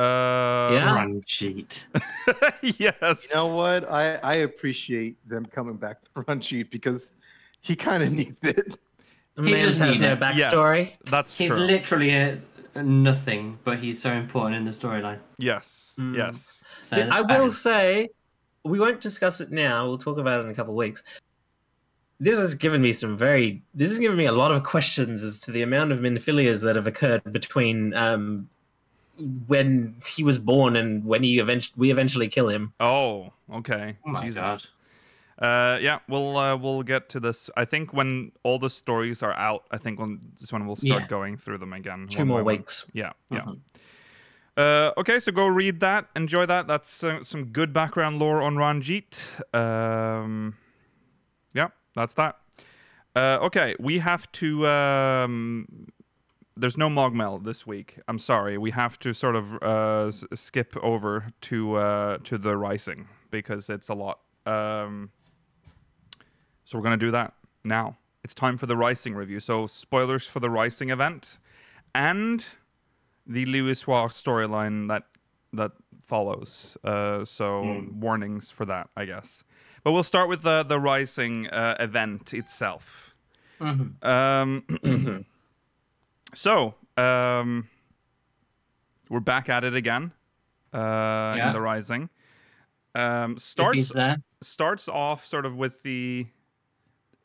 S5: Yeah.
S3: Run cheat.
S1: yes.
S4: You know what? I, I appreciate them coming back to Runcheat because he kind of needs it.
S5: The
S3: He
S5: man
S3: does
S5: has
S3: need
S5: no
S3: it.
S1: Yes,
S5: backstory.
S1: that's
S3: He's
S1: true.
S3: literally a, a nothing, but he's so important in the storyline.
S1: yes.
S5: Mm.
S1: Yes.
S3: So
S5: Yeah, I
S3: that's
S5: will
S3: fine.
S5: say, we won't discuss it now. We'll talk about it in a couple of weeks. This has given me some very. This has given me a lot of questions as to the amount of minphilias that have occurred between um, when he was born and when he eventually we eventually kill him.
S1: Oh. Okay.
S3: Oh my
S1: Jesus.
S3: god.
S1: Uh, yeah, we'll uh, we'll get to this. I think when all the stories are out, I think when this one we'll start
S3: Yeah.
S1: going through them again.
S5: Two
S1: one by
S5: more
S1: one.
S5: weeks.
S1: Yeah, yeah. Uh, okay, so go read that. Enjoy that. That's uh, some good background lore on Ranjit. Um, yeah, that's that. Uh, okay, we have to. Um, there's no Mogmel this week. I'm sorry. We have to sort of uh, s- skip over to uh, to the Rising because it's a lot. Um, so we're gonna do that now. It's time for the Rising review. So spoilers for the Rising event and the Louis War storyline that that follows. Uh, so
S3: Hmm.
S1: warnings for that, I guess. But we'll start with the the Rising uh, event itself.
S3: Mhm. Mm-hmm.
S1: Um, so um, we're back at it again uh,
S3: Yeah.
S1: in the Rising. Um,
S3: If he's
S1: starts
S3: there.
S1: starts off sort of with the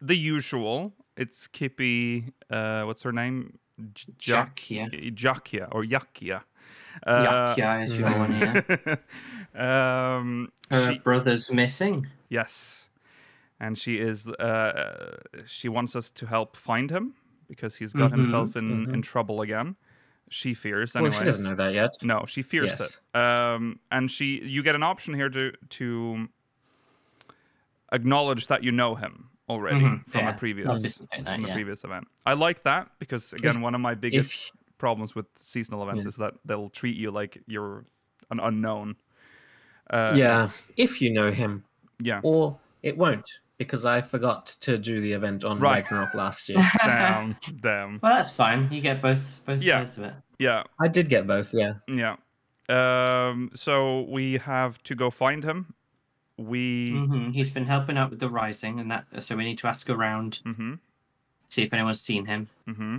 S1: the usual. It's Kippy. Uh, what's her name? J- Jack-
S3: Jakia.
S1: Jakia or Yakia. Uh,
S3: Yakia is your one here.
S1: um,
S3: Her
S1: she-
S3: brother's missing.
S1: yes, and she is. Uh, she wants us to help find him because he's got
S3: Mhm,
S1: himself in in trouble again. She fears.
S5: Mm-hmm, Well,
S1: Anyway,
S5: she doesn't know that yet.
S1: no, she fears
S5: Yes.
S1: it. Um, and she, you get an option here to to acknowledge that you know him already
S3: Mhm,
S5: Mm-hmm.
S1: from
S3: yeah.
S1: a previous
S3: Not despite that,
S1: from a
S3: yeah.
S1: previous event. I like that because again,
S5: If-
S1: one of my biggest
S5: If
S1: problems with seasonal events
S5: Yeah.
S1: is that they'll treat you like you're an unknown. Uh,
S5: yeah, if you know him,
S1: yeah.
S5: or it won't because I forgot to do the event on
S1: Right.
S5: Ragnarok last year.
S1: Damn, damn.
S3: Well, that's fine. You get both both
S1: Yeah.
S3: sides of it.
S1: Yeah,
S5: I did get both. Yeah.
S1: yeah. Um, so we have to go find him. We.
S3: hmm He's been helping out with the rising, and that. So we need to ask around,
S1: Mm-hmm.
S3: see if anyone's seen him.
S1: Mm-hmm.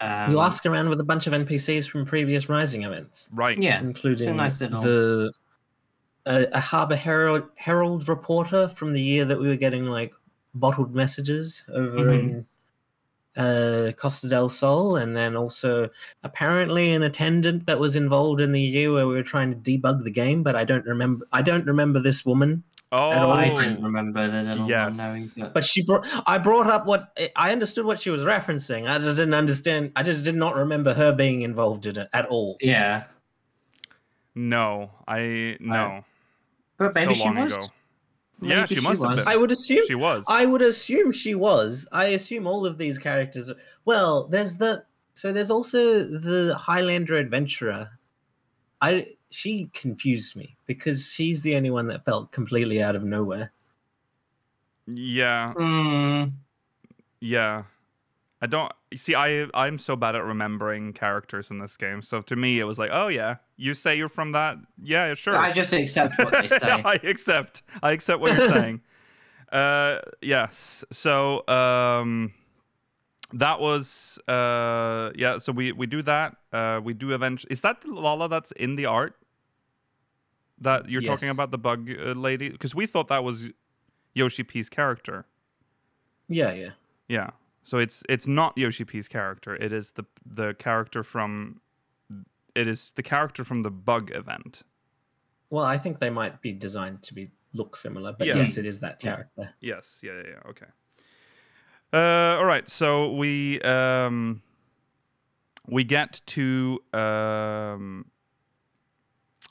S3: Um,
S5: you ask around with a bunch of NPCs from previous Rising events,
S1: Right.
S3: Yeah.
S5: including
S3: nice little-
S5: the a, a Harbour Herald, Herald reporter from the year that we were getting like bottled messages over
S3: Mhm.
S5: in uh, Costa del Sol, and then also apparently an attendant that was involved in the year where we were trying to debug the game, but I don't remember. I don't remember this woman.
S1: Oh.
S5: all.
S3: I don't remember the little
S1: Yes.
S3: one knowing. But,
S5: But she brought. I brought up what I understood what she was referencing. I just didn't understand. I just did not remember her being involved in it at all.
S3: yeah,
S1: No, I no.
S3: But maybe
S1: so
S3: she
S1: long
S3: was.
S1: ago. Yeah,
S3: Maybe
S1: she must have
S3: was.
S1: been.
S5: I would assume
S1: She was.
S5: I would assume she was. I assume all of these characters. Well, there's the so there's also the Highlander adventurer. I she confused me because she's the only one that felt completely out of nowhere.
S1: yeah,
S3: Mm,
S1: yeah. I don't you see. I I'm so bad at remembering characters in this game. So to me, it was like, oh yeah, you say you're from that. Yeah, sure.
S3: I just accept what they say.
S1: I accept. I accept what you're saying. Uh, yes. So um, that was uh, yeah. So we we do that. Uh, we do eventually. Is that the Lala that's in the art? That you're talking
S5: Yes.
S1: about the bug uh, lady? Because we thought that was Yoshi P's character.
S5: Yeah, yeah.
S1: Yeah. So it's it's not Yoshi P's character. It is the the character from. It is the character from the bug event.
S5: Well, I think they might be designed to be look similar, but
S1: Yeah.
S5: yes, it is that character.
S1: Yes. Yeah. Yeah. yeah. Okay. Uh, all right. So we um, we get to um,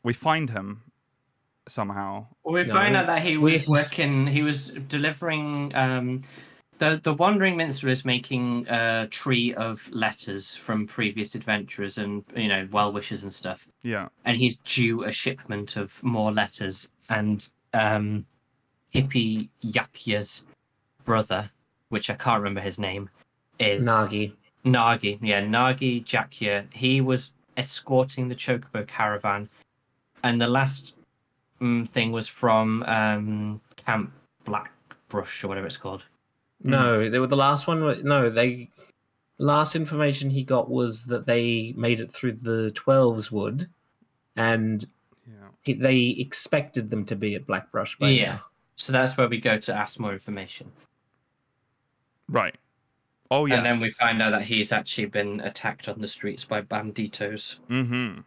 S1: we find him somehow.
S3: Well, we
S5: No.
S3: find out that he was
S5: We-
S3: working. He was delivering. Um, the the wandering minstrel is making a tree of letters from previous adventurers and you know well wishes and stuff.
S1: Yeah.
S3: And he's due a shipment of more letters. And um, hippie Yakya's brother, which I can't remember his name, is
S5: Nagi.
S3: Nagi, yeah, Nagi Jakya. He was escorting the Chocobo caravan, and the last mm thing was from um, Camp Blackbrush or whatever it's called.
S5: No, they were the last one. wa- No, they. Last information he got was that they made it through the Twelves Wood, and
S1: Yeah.
S5: he- they expected them to be at Blackbrush. By
S3: yeah,
S5: now.
S3: so that's where we go to ask more information,
S1: Right. Oh yeah.
S3: and then we find out that he's actually been attacked on the streets by banditos.
S1: Mm-hmm.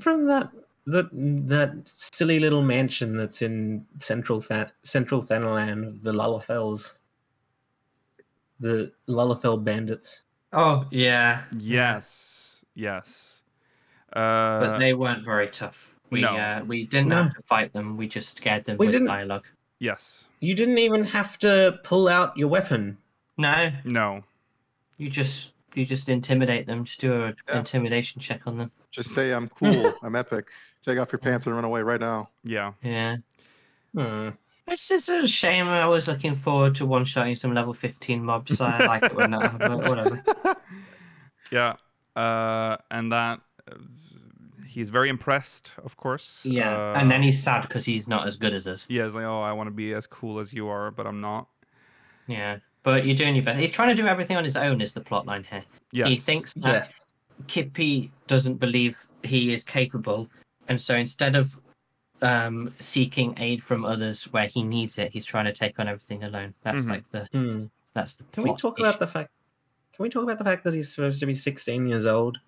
S5: from that that that silly little mansion that's in central Tha- central Thanalan of the Lullafels, the Lullafell bandits.
S3: Oh yeah,
S1: Yes. Yes. Uh,
S3: but they weren't very tough. We
S1: no.
S3: uh, we didn't
S5: No.
S3: have to fight them. We just scared them
S5: We
S3: with
S5: didn't-
S3: dialogue.
S1: yes.
S5: You didn't even have to pull out your weapon.
S3: No,
S1: No.
S3: You just you just intimidate them. Just do a
S4: Yeah.
S3: intimidation check on them.
S4: Just say I'm cool. I'm epic. Take off your pants and run away right now.
S1: Yeah.
S3: Yeah,
S5: Hmm.
S3: it's just a shame. I was looking forward to one shotting some level fifteen mobs. I like it when that happens. Whatever.
S1: Yeah. Uh, and that uh, he's very impressed, of course.
S3: Yeah,
S1: Uh,
S3: and then he's sad because he's not as good as us.
S1: yeah, he's like, oh, I want to be as cool as you are, but I'm not.
S3: Yeah, but you're doing your best. He's trying to do everything on his own. Is the plot line here?
S1: Yes.
S3: He thinks that
S5: Yes.
S3: Kippy doesn't believe he is capable, and so instead of um seeking aid from others where he needs it he's trying to take on everything alone that's
S1: Mhm.
S3: like the
S5: Hmm.
S3: that's the
S5: Can we
S3: plot
S5: talk
S3: issue.
S5: about the fact? Can we talk about the fact that he's supposed to be 16 years old?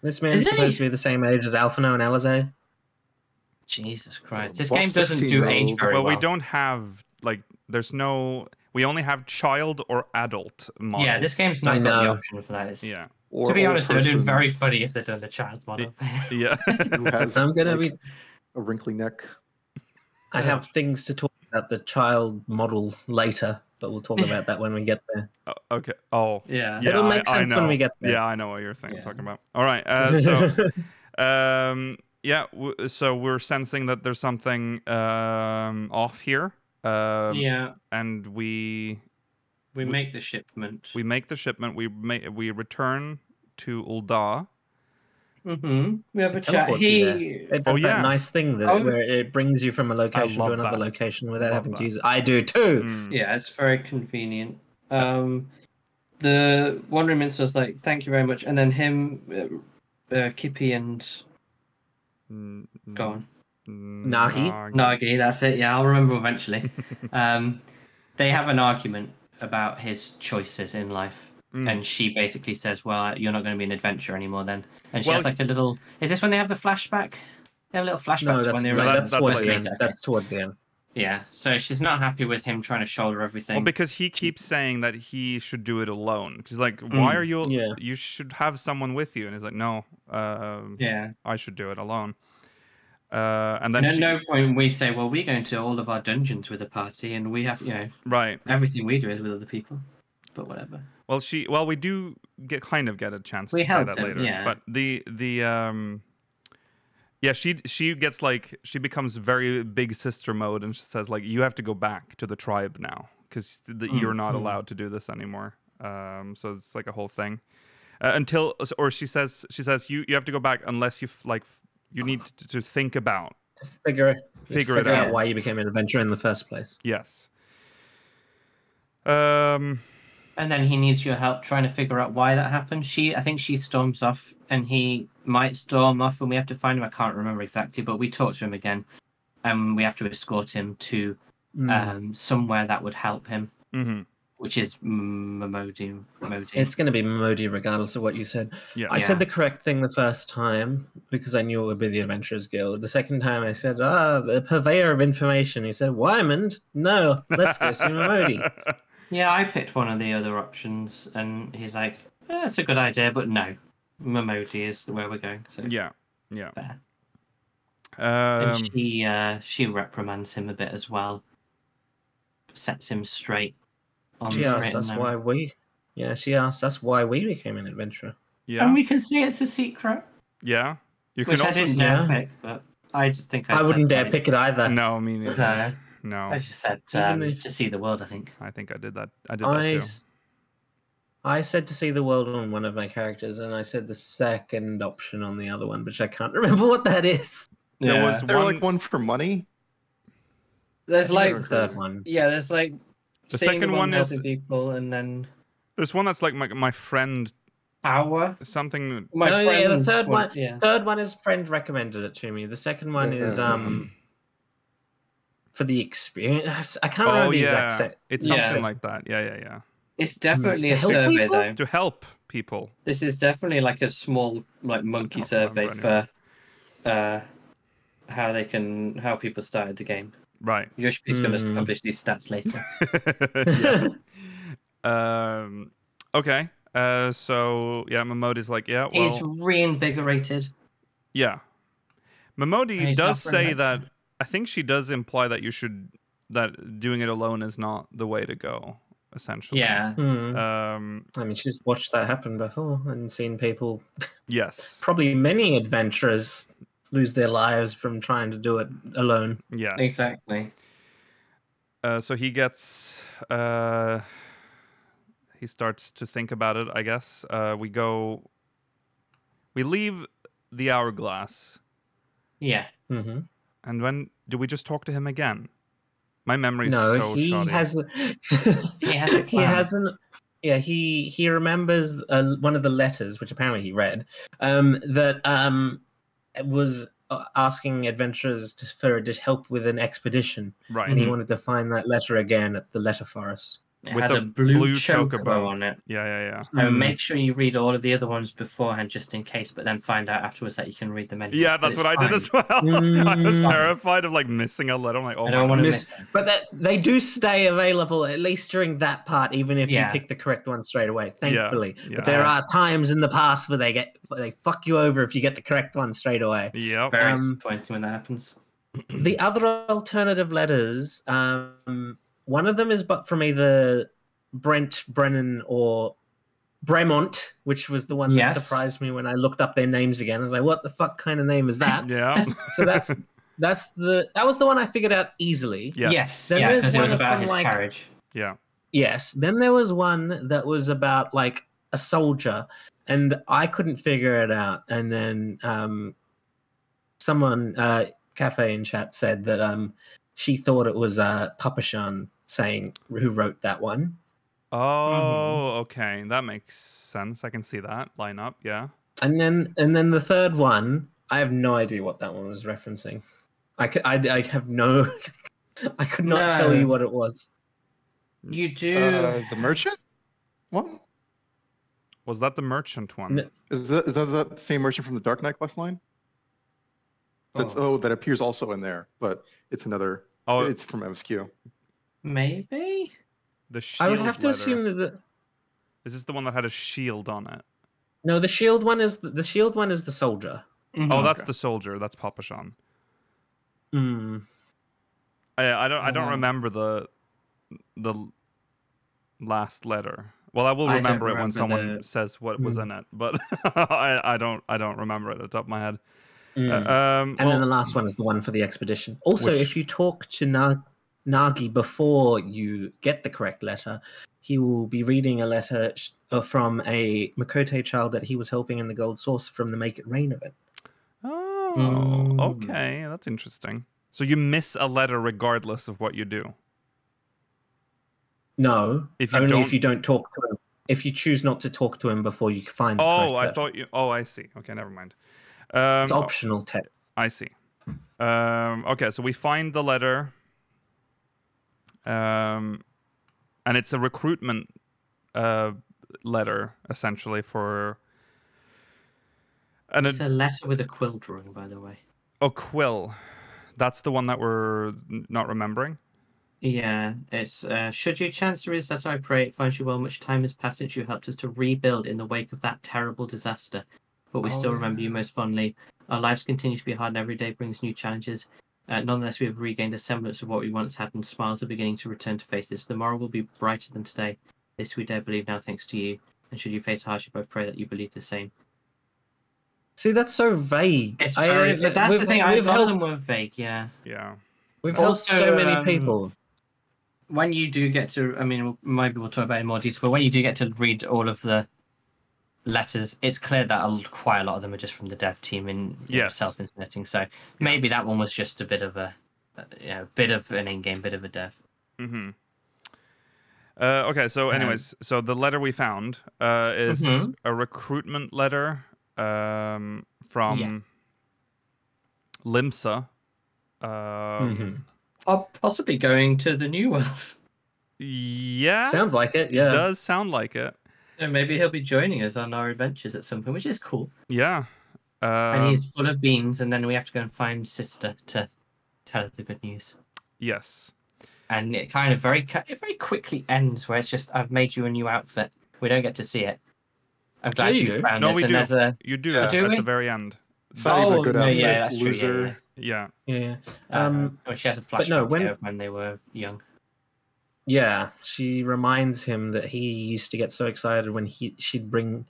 S5: This man's
S3: Is he?
S5: supposed to be the same age as Alphino and Alizé.
S3: Jesus Christ. This
S4: Well,
S3: game doesn't do age
S4: 16-year-old
S3: very
S1: well,
S3: well.
S1: we don't have like there's no we only have child or adult models.
S3: Yeah, this game's
S5: I
S3: not got the
S5: know.
S3: option for that. It's,
S1: Yeah.
S4: Or
S3: to be
S4: old
S3: honest, it would have been
S4: person
S3: very funny if they'd done the child model.
S1: Yeah.
S4: who has,
S5: I'm gonna
S4: like,
S5: be.
S4: a wrinkly neck.
S5: I have things to talk about the child model later, but we'll talk about that when we get there.
S1: O- okay. Oh.
S3: yeah.
S1: Yeah,
S5: It'll make
S1: I- I
S5: sense when we
S1: know.
S5: get there.
S1: Yeah, I know what you're thinking,
S3: Yeah.
S1: talking about. All right. Uh, so um yeah, w- so we're sensing that there's something um off here. Um
S3: yeah.
S1: and we
S3: We make the shipment.
S1: we make the shipment, we make we return to Ulda.
S3: mm-hmm. we have a
S5: It
S3: chat.
S5: teleports
S3: He,
S5: you there. It
S1: Oh,
S5: does that
S1: yeah.
S5: nice thing that
S3: Oh.
S5: where it brings you from a location
S1: love
S5: to another
S1: that.
S5: location without
S1: Love
S5: having
S1: that.
S5: to use it. I do too.
S1: Mm.
S3: Yeah, it's very convenient. Um, the Wandering Minstrel's like, thank you very much. And then him, uh, uh, Kippy, and
S1: Mm,
S3: go on.
S5: Nagi?
S3: Nagi, that's it. Yeah, I'll remember eventually. um, they have an argument about his choices in life,
S1: Mm.
S3: and she basically says, "Well, you're not going to be an adventurer anymore then." And she
S1: Well,
S3: has like a little. Is this when they have the flashback? They have a little
S1: Mm.
S3: flashback
S5: No,
S3: to
S5: that's,
S3: when they were.
S5: no,
S1: that-
S5: that's,
S1: that's
S5: towards
S1: what
S5: the
S1: it
S5: end.
S3: is, okay.
S5: That's towards the end.
S3: Yeah, so she's not happy with him trying to shoulder everything.
S1: Well, because he keeps saying that he should do it alone. He's like,
S3: Mm.
S1: "Why are you?
S5: yeah.
S1: You should have someone with you." And he's like, "No, um
S3: yeah,
S1: I should do it alone." Uh, and then
S3: And at
S1: she-
S3: no point we say, well, we're going to all of our dungeons with a party, and we have, you know,
S1: right.
S3: everything we do is with other people. But whatever.
S1: Well, she. Well, we do get kind of get a chance
S3: We
S1: to say
S3: help
S1: that
S3: them,
S1: later.
S3: yeah.
S1: But the the um, yeah, she she gets like she becomes very big sister mode, and she says like, "You have to go back to the tribe now because that you're not allowed to do this anymore." Um, so it's like a whole thing uh, until or she says she says you you have to go back unless you f- like f- you need to, to think about
S5: Figure it.
S1: Figure it
S3: out.
S5: why you became an adventurer in the first place.
S1: yes. Um.
S3: And then he needs your help trying to figure out why that happened. She, I think she storms off, and he might storm off, and we have to find him. I can't remember exactly, but we talk to him again, and we have to escort him to
S5: Hmm.
S1: Uh,
S5: Mm.
S3: um, somewhere that would help him,
S1: mhm,
S3: which is Modi. Modi.
S5: It's going to be Modi, regardless of what you said.
S1: Yeah.
S5: I said
S3: Yeah.
S5: the correct thing the first time because I knew it would be the Adventurers Guild. The second time I said, ah, the purveyor of information. He said, Wymond? No, let's go see Modi.
S3: Yeah, I picked one of the other options, and he's like, eh, "That's a good idea, but no, Momodi is where we're going." So,
S1: yeah. Yeah.
S3: Fair.
S1: Um,
S3: and she uh, she reprimands him a bit as well, sets him straight. On
S5: She
S3: straight
S5: asked
S3: and
S5: us
S3: narrow.
S5: why we. Yeah, she asked us why we became an adventurer.
S1: yeah.
S3: and we can see it's a secret,
S1: Yeah. You
S3: which
S1: can
S3: I
S1: also
S3: didn't dare
S5: yeah.
S3: pick, but I just think I,
S5: I,
S3: said
S5: wouldn't dare
S3: like-
S5: pick it either.
S1: No, me neither.
S3: No,
S1: No.
S3: I just said
S5: Even
S3: um,
S5: if-
S3: to see the world. I think.
S1: I think I did that. I did
S5: I,
S1: that too.
S5: s- I said to see the world on one of my characters, and I said the second option on the other one, which I can't remember what that is.
S1: There
S3: Yeah.
S1: was
S4: They're
S1: one.
S4: like one for money.
S3: there's
S5: I
S3: like
S5: think it's the third one.
S3: yeah, there's like
S1: The
S3: seeing
S1: second
S3: everyone
S1: one is-
S3: helping people, and then
S1: There's one that's like my my friend
S3: power.
S1: something.
S3: My
S5: No, yeah, the
S3: friends
S5: third
S3: want-
S5: one-
S3: Yeah.
S5: Third one is friend recommended it to me. The second one is um for the experience. I can't
S1: Oh
S5: remember the
S1: yeah.
S5: exact set.
S1: It's
S3: Yeah.
S1: something like that. Yeah, yeah, yeah.
S3: It's definitely
S5: To
S3: a
S5: help
S3: survey,
S5: people?
S3: though.
S1: To help people.
S3: This is definitely like a small, like monkey
S1: Oh,
S3: survey
S1: I'm running.
S3: for uh, how they can how people started the game.
S1: Right.
S3: Yoshi's going to
S1: Hmm.
S5: Mm.
S3: publish these stats later.
S1: yeah. Um. Okay. Uh. So yeah, Momodi's like yeah. Well.
S3: He's reinvigorated.
S1: Yeah.
S3: And
S1: Momodi
S3: he's
S1: does
S3: suffering
S1: say that
S3: that-
S1: I think she does imply that you should that doing it alone is not the way to go, essentially.
S3: Yeah,
S5: Hmm.
S1: Um
S5: I mean, she's watched that happen before and seen people,
S1: yes.
S5: probably many adventurers, lose their lives from trying to do it alone.
S1: Yes.
S3: exactly.
S1: Uh, so he gets uh he starts to think about it, I guess. Uh we go we leave the hourglass
S3: Yeah,
S5: hmm
S1: and when do we just talk to him again? My memory's
S5: no,
S1: so
S5: he
S1: shoddy.
S5: has.
S3: He has a
S5: he
S3: plan.
S5: hasn't. Yeah, he he remembers uh, one of the letters, which apparently he read, um, that um, was uh, asking adventurers to, for to help with an expedition,
S1: Right.
S5: and he wanted to find that letter again at the letter forest.
S3: it
S1: With
S3: has
S1: a
S3: a, blue,
S1: blue
S3: chocobo,
S1: chocobo. Mm.
S3: on it.
S1: Yeah, yeah, yeah.
S3: So make sure you read all of the other ones beforehand, just in case. But then find out afterwards that you can read them anyway.
S1: Yeah,
S3: but
S1: that's
S3: it's
S1: what I did
S3: fine.
S1: as well. I was
S5: Mm.
S1: terrified of like missing a letter. I'm like, oh, my
S3: I don't want
S1: God.
S3: to
S5: Miss-
S3: miss. them.
S5: But that they do stay available at least during that part, even if
S3: Yeah.
S5: you pick the correct one straight away.
S1: Yeah,
S5: Thankfully,
S1: yeah.
S5: but there are times in the past where they get where they fuck you over if you get the correct one straight away.
S1: Yep.
S3: Very
S5: Um,
S3: disappointing when that happens.
S5: the other alternative letters, um, one of them is but from either Brent Brennan or Bremont, which was the one
S3: Yes.
S5: that surprised me when I looked up their names again. I was like, "What the fuck kind of name is that?"
S1: Yeah.
S5: so that's that's the that was the one I figured out easily.
S1: Yes.
S3: Yes,
S5: Then
S3: yeah,
S5: there's
S3: because it
S5: one
S3: was about
S5: from,
S3: his
S5: like-
S3: carriage.
S1: Yeah.
S5: Yes. Then there was one that was about like a soldier, and I couldn't figure it out. And then um, someone, uh, cafe in chat, said that um, she thought it was uh, Papashan saying who wrote that one.
S1: Oh,
S5: Mm-hmm.
S1: okay. That makes sense. I can see that lineup. Yeah.
S5: And then and then the third one, I have no idea what that one was referencing. I could, I, I have no, I could not tell
S3: No.
S5: you what it was.
S3: You do.
S4: Uh, the merchant? What?
S1: Was that the merchant one?
S5: N-
S4: Is that, is that the same merchant from the Dark Knight quest line? That's oh. that appears also in there, but it's another.
S1: oh,
S4: it's from MSQ.
S3: Maybe.
S1: the shield.
S5: I would have to
S1: letter.
S5: assume that the,
S1: Is this the one that had a shield on it?
S5: no, the shield one is the, the shield one is the soldier.
S1: Oh,
S3: Mhm.
S1: that's the soldier. That's Papashan.
S5: Hmm.
S1: I, I don't I
S5: Oh.
S1: don't
S3: Um,
S1: remember the the l- last letter. Well, I will
S3: I don't
S1: remember it when
S3: remember
S1: someone
S3: the-
S1: says what was
S5: Mm.
S1: in it, but I, I don't I don't remember it at the top of my head.
S5: hmm.
S1: Uh, um,
S5: and
S1: well,
S5: then the last one is the one for the expedition. Also,
S1: Which-
S5: if you talk to Nag- Nagi before you get the correct letter, he will be reading a letter sh- uh, from a Makote child that he was helping in the Gold Source from the Make It Rain event.
S1: oh,
S3: Mm.
S1: okay, that's interesting. So you miss a letter regardless of what you do.
S5: No,
S1: If you
S5: only
S1: don't-
S5: if you don't talk to him. If you choose not to talk to him before you find. the
S1: Oh,
S5: correct
S1: I
S5: letter.
S1: thought you. Oh, I see. Okay, never mind. Um,
S5: it's optional text.
S1: I see. Um, okay, so we find the letter, um, and it's a recruitment uh, letter essentially for an
S3: It's a letter with a quill drawing, by the way.
S1: a quill. That's the one that we're n- not remembering.
S3: Yeah, it's uh, should you chance to read this letter, I pray it finds you well. Much time has passed since you helped us to rebuild in the wake of that terrible disaster, but we
S1: Oh,
S3: still remember you most fondly. Our lives continue to be hard, and every day brings new challenges. Uh, nonetheless, we have regained a semblance of what we once had, and smiles are beginning to return to faces. Tomorrow will be brighter than today. This we dare believe now, thanks to you. And should you face hardship, I pray that you believe the same.
S5: See, that's so vague.
S3: It's
S5: I-
S3: very.
S5: I-
S3: that's the
S5: we've-
S3: thing. I
S5: we've
S3: tell
S5: helped-
S3: them we're vague. Yeah.
S1: Yeah.
S5: We've
S3: Also,
S5: helped so many
S3: um,
S5: people.
S3: when you do get to i mean maybe we'll talk about it in more detail but when you do get to read all of the letters it's clear that a l- quite a lot of them are just from the dev team and you know,
S1: Yes.
S3: self-inserting so maybe that one was just a bit of a uh, you know bit of an in-game bit of a dev
S1: Mm-hmm. Uh, okay, so
S3: Um,
S1: anyways, so the letter we found uh, is
S3: Mhm.
S1: a recruitment letter um, from Limsa. Um,
S5: Mhm.
S3: or possibly going to the new world Mm-hmm.
S1: Yeah,
S5: Sounds like it. Yeah.
S1: does sound like it.
S3: so maybe he'll be joining us on our adventures at some point which is cool
S1: Yeah, um,
S3: and he's full of beans and then we have to go and find sister to tell her the good news
S1: yes,
S3: and it kind of very cu- it very quickly ends where it's just I've made you a new outfit. We don't get to see it. I'm glad
S5: you
S3: you
S5: do.
S3: have found
S1: No,
S3: this.
S1: we
S3: and
S1: do.
S3: there's a uh,
S1: you do
S4: Yeah.
S1: at,
S3: Do
S1: at
S3: we?
S1: the very end.
S4: It's not even
S3: Oh,
S4: a good
S3: no,
S4: outfit,
S3: yeah, that's true, yeah,
S4: loser.
S3: yeah.
S1: Yeah,
S5: yeah.
S3: um,
S5: Um,
S3: oh, she has a flashback
S5: but no, when-
S3: here of when they were young.
S5: Yeah, she reminds him that he used to get so excited when he she'd bring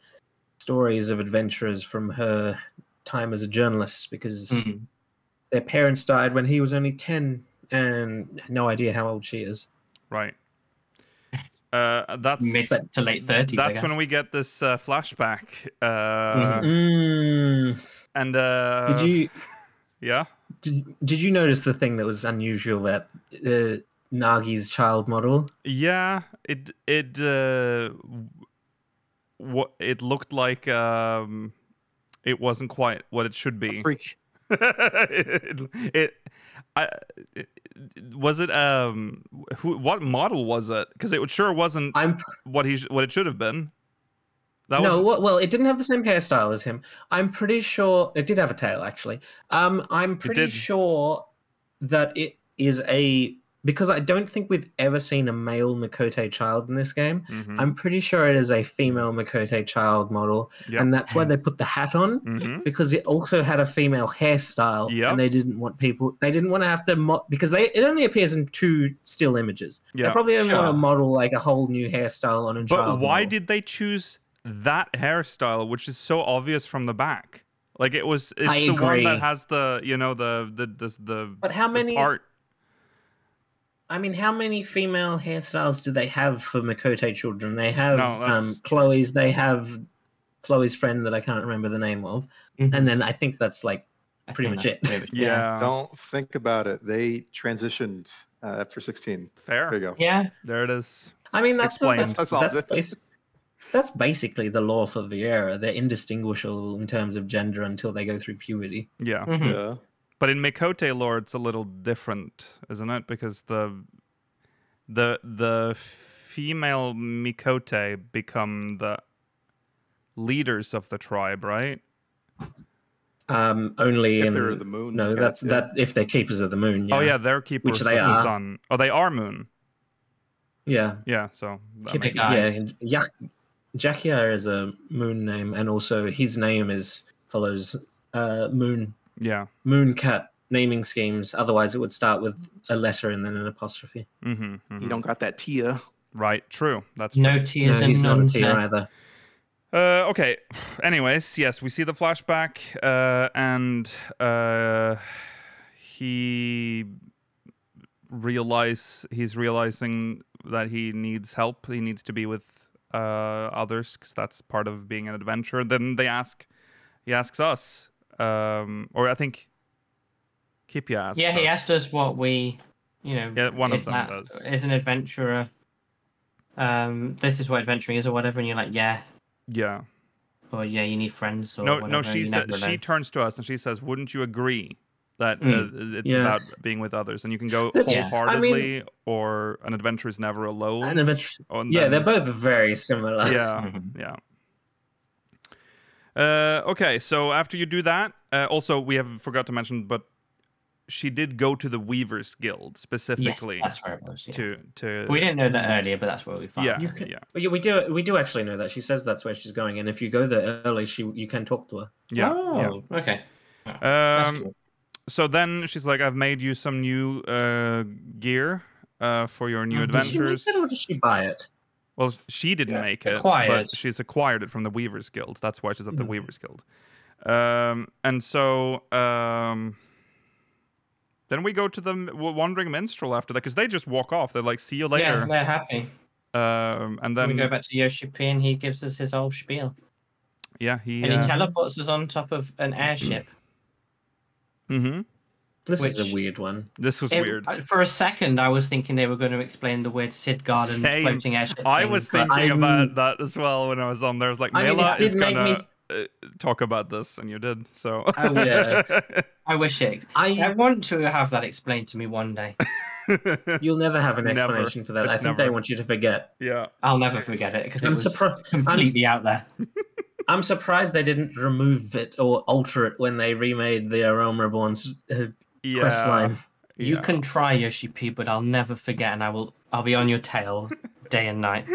S5: stories of adventurers from her time as a journalist because
S1: Mm-hmm.
S3: Mhm.
S5: their parents died when he was only 10 and no idea how old she is.
S1: right. Uh, that's
S3: Mid to late thirties. I
S1: that's when
S3: guess. Mm-hmm.
S1: we get this uh, flashback. Uh,
S5: Mm,
S1: And uh,
S5: did you
S1: Yeah.
S5: did, did you notice the thing that was unusual that uh, Nagi's child model?
S1: Yeah, it it uh w- what it looked like um it wasn't quite what it should be.
S4: Freak.
S1: it, it I it, it- was it um who what model was it? Cuz it sure wasn't
S5: I'm
S1: what he sh- what it should have been. That
S5: no,
S1: was
S5: wa- well, it didn't have the same hairstyle as him. I'm pretty sure it did have a tail, actually. Um, I'm pretty
S1: did.
S5: sure that it is a because I don't think we've ever seen a male Makote child in this game.
S1: Mhm,
S5: I'm pretty sure it is a female Makote child model,
S1: Yep.
S5: and that's why they put the hat on
S1: mhm.
S5: because it also had a female hairstyle,
S1: Yep.
S5: and they didn't want people they didn't want to have to mo- because they it only appears in two still images.
S1: Yeah.
S5: They probably don't want
S3: Sure.
S5: to model like a whole new hairstyle on a
S1: But
S5: child.
S1: why
S5: model.
S1: did they choose that hairstyle, which is so obvious from the back? Like it was, it's
S5: I
S1: the one that
S5: agree.
S1: has the, you know, the the the the,
S5: But how
S1: the
S5: many
S1: part.
S5: I mean, how many female hairstyles do they have for Makote children? They have
S1: No, that's-
S5: um, Chloe's. They have Chloe's friend that I can't remember the name of,
S3: Mhm.
S5: and then I think that's like
S3: I
S5: pretty
S3: think
S5: much
S3: that's
S5: it.
S3: pretty much
S1: Yeah,
S4: Don't think about it. They transitioned uh, after 16. There you
S1: fair.
S4: go.
S3: Yeah.
S1: There it is.
S5: I mean, that's
S1: Explained.
S5: that's
S4: That's
S5: that's,
S4: all.
S5: that's, basi- that's basically the law for Vieira. They're indistinguishable in terms of gender until they go through puberty.
S1: Yeah,
S3: Mhm.
S4: Yeah.
S1: but in Mikote lore, it's a little different, isn't it? Because the the the female Mikote become the leaders of the tribe, right?
S5: Um, only
S4: If
S5: in
S4: they were the moon.
S5: no,
S4: cat,
S5: that's
S4: yeah.
S5: that if they're keepers of the moon. Yeah.
S1: Oh yeah, they're keepers
S5: they
S1: of the
S5: are.
S1: sun. Oh, they are moon.
S5: yeah.
S1: Yeah, so that
S5: Keep
S1: makes
S5: it
S1: sense.
S3: sense.
S5: going. Yeah, Jak- Jakia is a moon name, and also his name is follows uh, moon
S1: yeah.
S5: moon cat naming schemes. Otherwise, it would start with a letter and then an apostrophe.
S1: hmm
S4: You don't got that Tia.
S1: Right. True. That's true.
S3: No tears
S5: no,
S3: and
S5: he's not
S3: none
S5: a
S3: said.
S5: tier either.
S1: Uh, okay. Anyways, yes, we see the flashback, uh, and uh, he realize he's realizing that he needs help. He needs to be with uh, others because that's part of being an adventurer. Then they ask, he asks us, um, or I think Kipia asks.
S3: Yeah, he
S1: us.
S3: asked us what we, you know,
S1: Yeah, one of
S3: is
S1: them
S3: that-
S1: does.
S3: is an adventurer. Um, this is what adventuring is, or whatever, and you're like, yeah,
S1: Yeah.
S3: or yeah, you need friends, or
S1: no,
S3: whatever.
S1: no. She
S3: you
S1: sa-
S3: never
S1: she
S3: know.
S1: turns to us and she says, "Wouldn't you agree that
S3: Mm.
S1: uh, it's
S5: Yeah.
S1: about being with others, and you can go
S5: That's-
S3: Yeah.
S1: wholeheartedly, or an adventure is never alone?"
S5: And a bit-
S1: Oh, and
S5: yeah,
S1: then-
S5: they're both very similar.
S1: yeah,
S3: Mhm.
S1: yeah. Uh, okay, so after you do that, uh, also we have forgot to mention, but she did go to the Weavers Guild
S3: Yes,
S1: specifically
S3: that's where it was. Yeah.
S1: to to.
S3: We didn't know that earlier, but that's where we found.
S1: yeah,
S5: You could-
S1: yeah,
S5: Well, yeah, we do. We do actually know that she says that's where she's going, and if you go there early, she you can talk to her.
S1: yeah, yeah.
S3: Oh, okay. That's
S1: Um,
S3: cool.
S1: so then she's like, "I've made you some new uh, gear uh, for your new
S3: Oh, did
S5: Did she make
S1: adventures."
S5: it or did she buy it?
S1: Well, she didn't
S3: Yeah.
S1: make it,
S3: Acquired.
S1: but she's acquired it from the Weavers Guild. That's why she's at the
S5: Mhm.
S1: Weavers Guild. Um, and so um, then we go to the M- Wandering Minstrel after that because they just walk off. They're like, "See you
S3: Yeah,
S1: later."
S3: they're happy.
S1: um, and
S3: Then we
S1: then
S3: go back to Yoshipi, and he gives us his whole spiel,
S1: yeah, he.
S3: and he
S1: Uh,
S3: teleports us on top of an airship.
S1: hmm
S5: This
S3: Which-
S5: is a weird one.
S1: This was
S3: It-
S1: weird.
S3: I- For a second, I was thinking they were going to explain the weird Sid Garden
S1: Same.
S3: floating airship.
S1: I
S3: thing,
S1: was
S3: but-
S1: thinking about
S5: I'm-
S1: that as well when I was on there. I was like,
S5: I mean, it
S1: Mela
S5: did
S1: is
S5: make me-
S1: gonna uh, talk about this, and you did. So
S3: I wish.
S5: Yeah.
S3: I wish it. I
S5: I
S3: want to have that explained to me one day.
S5: you'll never have an
S1: Never.
S5: explanation for that. I
S1: It's
S5: think they
S1: never.
S5: want you to forget.
S1: yeah.
S3: I'll never forget it because it
S5: I'm
S3: was
S5: surprised.
S3: completely out there.
S5: I'm surprised they didn't remove it or alter it when they remade the Realm Reborn's uh,
S1: Yeah.
S5: quest line.
S3: You
S1: yeah.
S3: can try Yoshi P, but I'll never forget, and I will. I'll be on your tail day and night.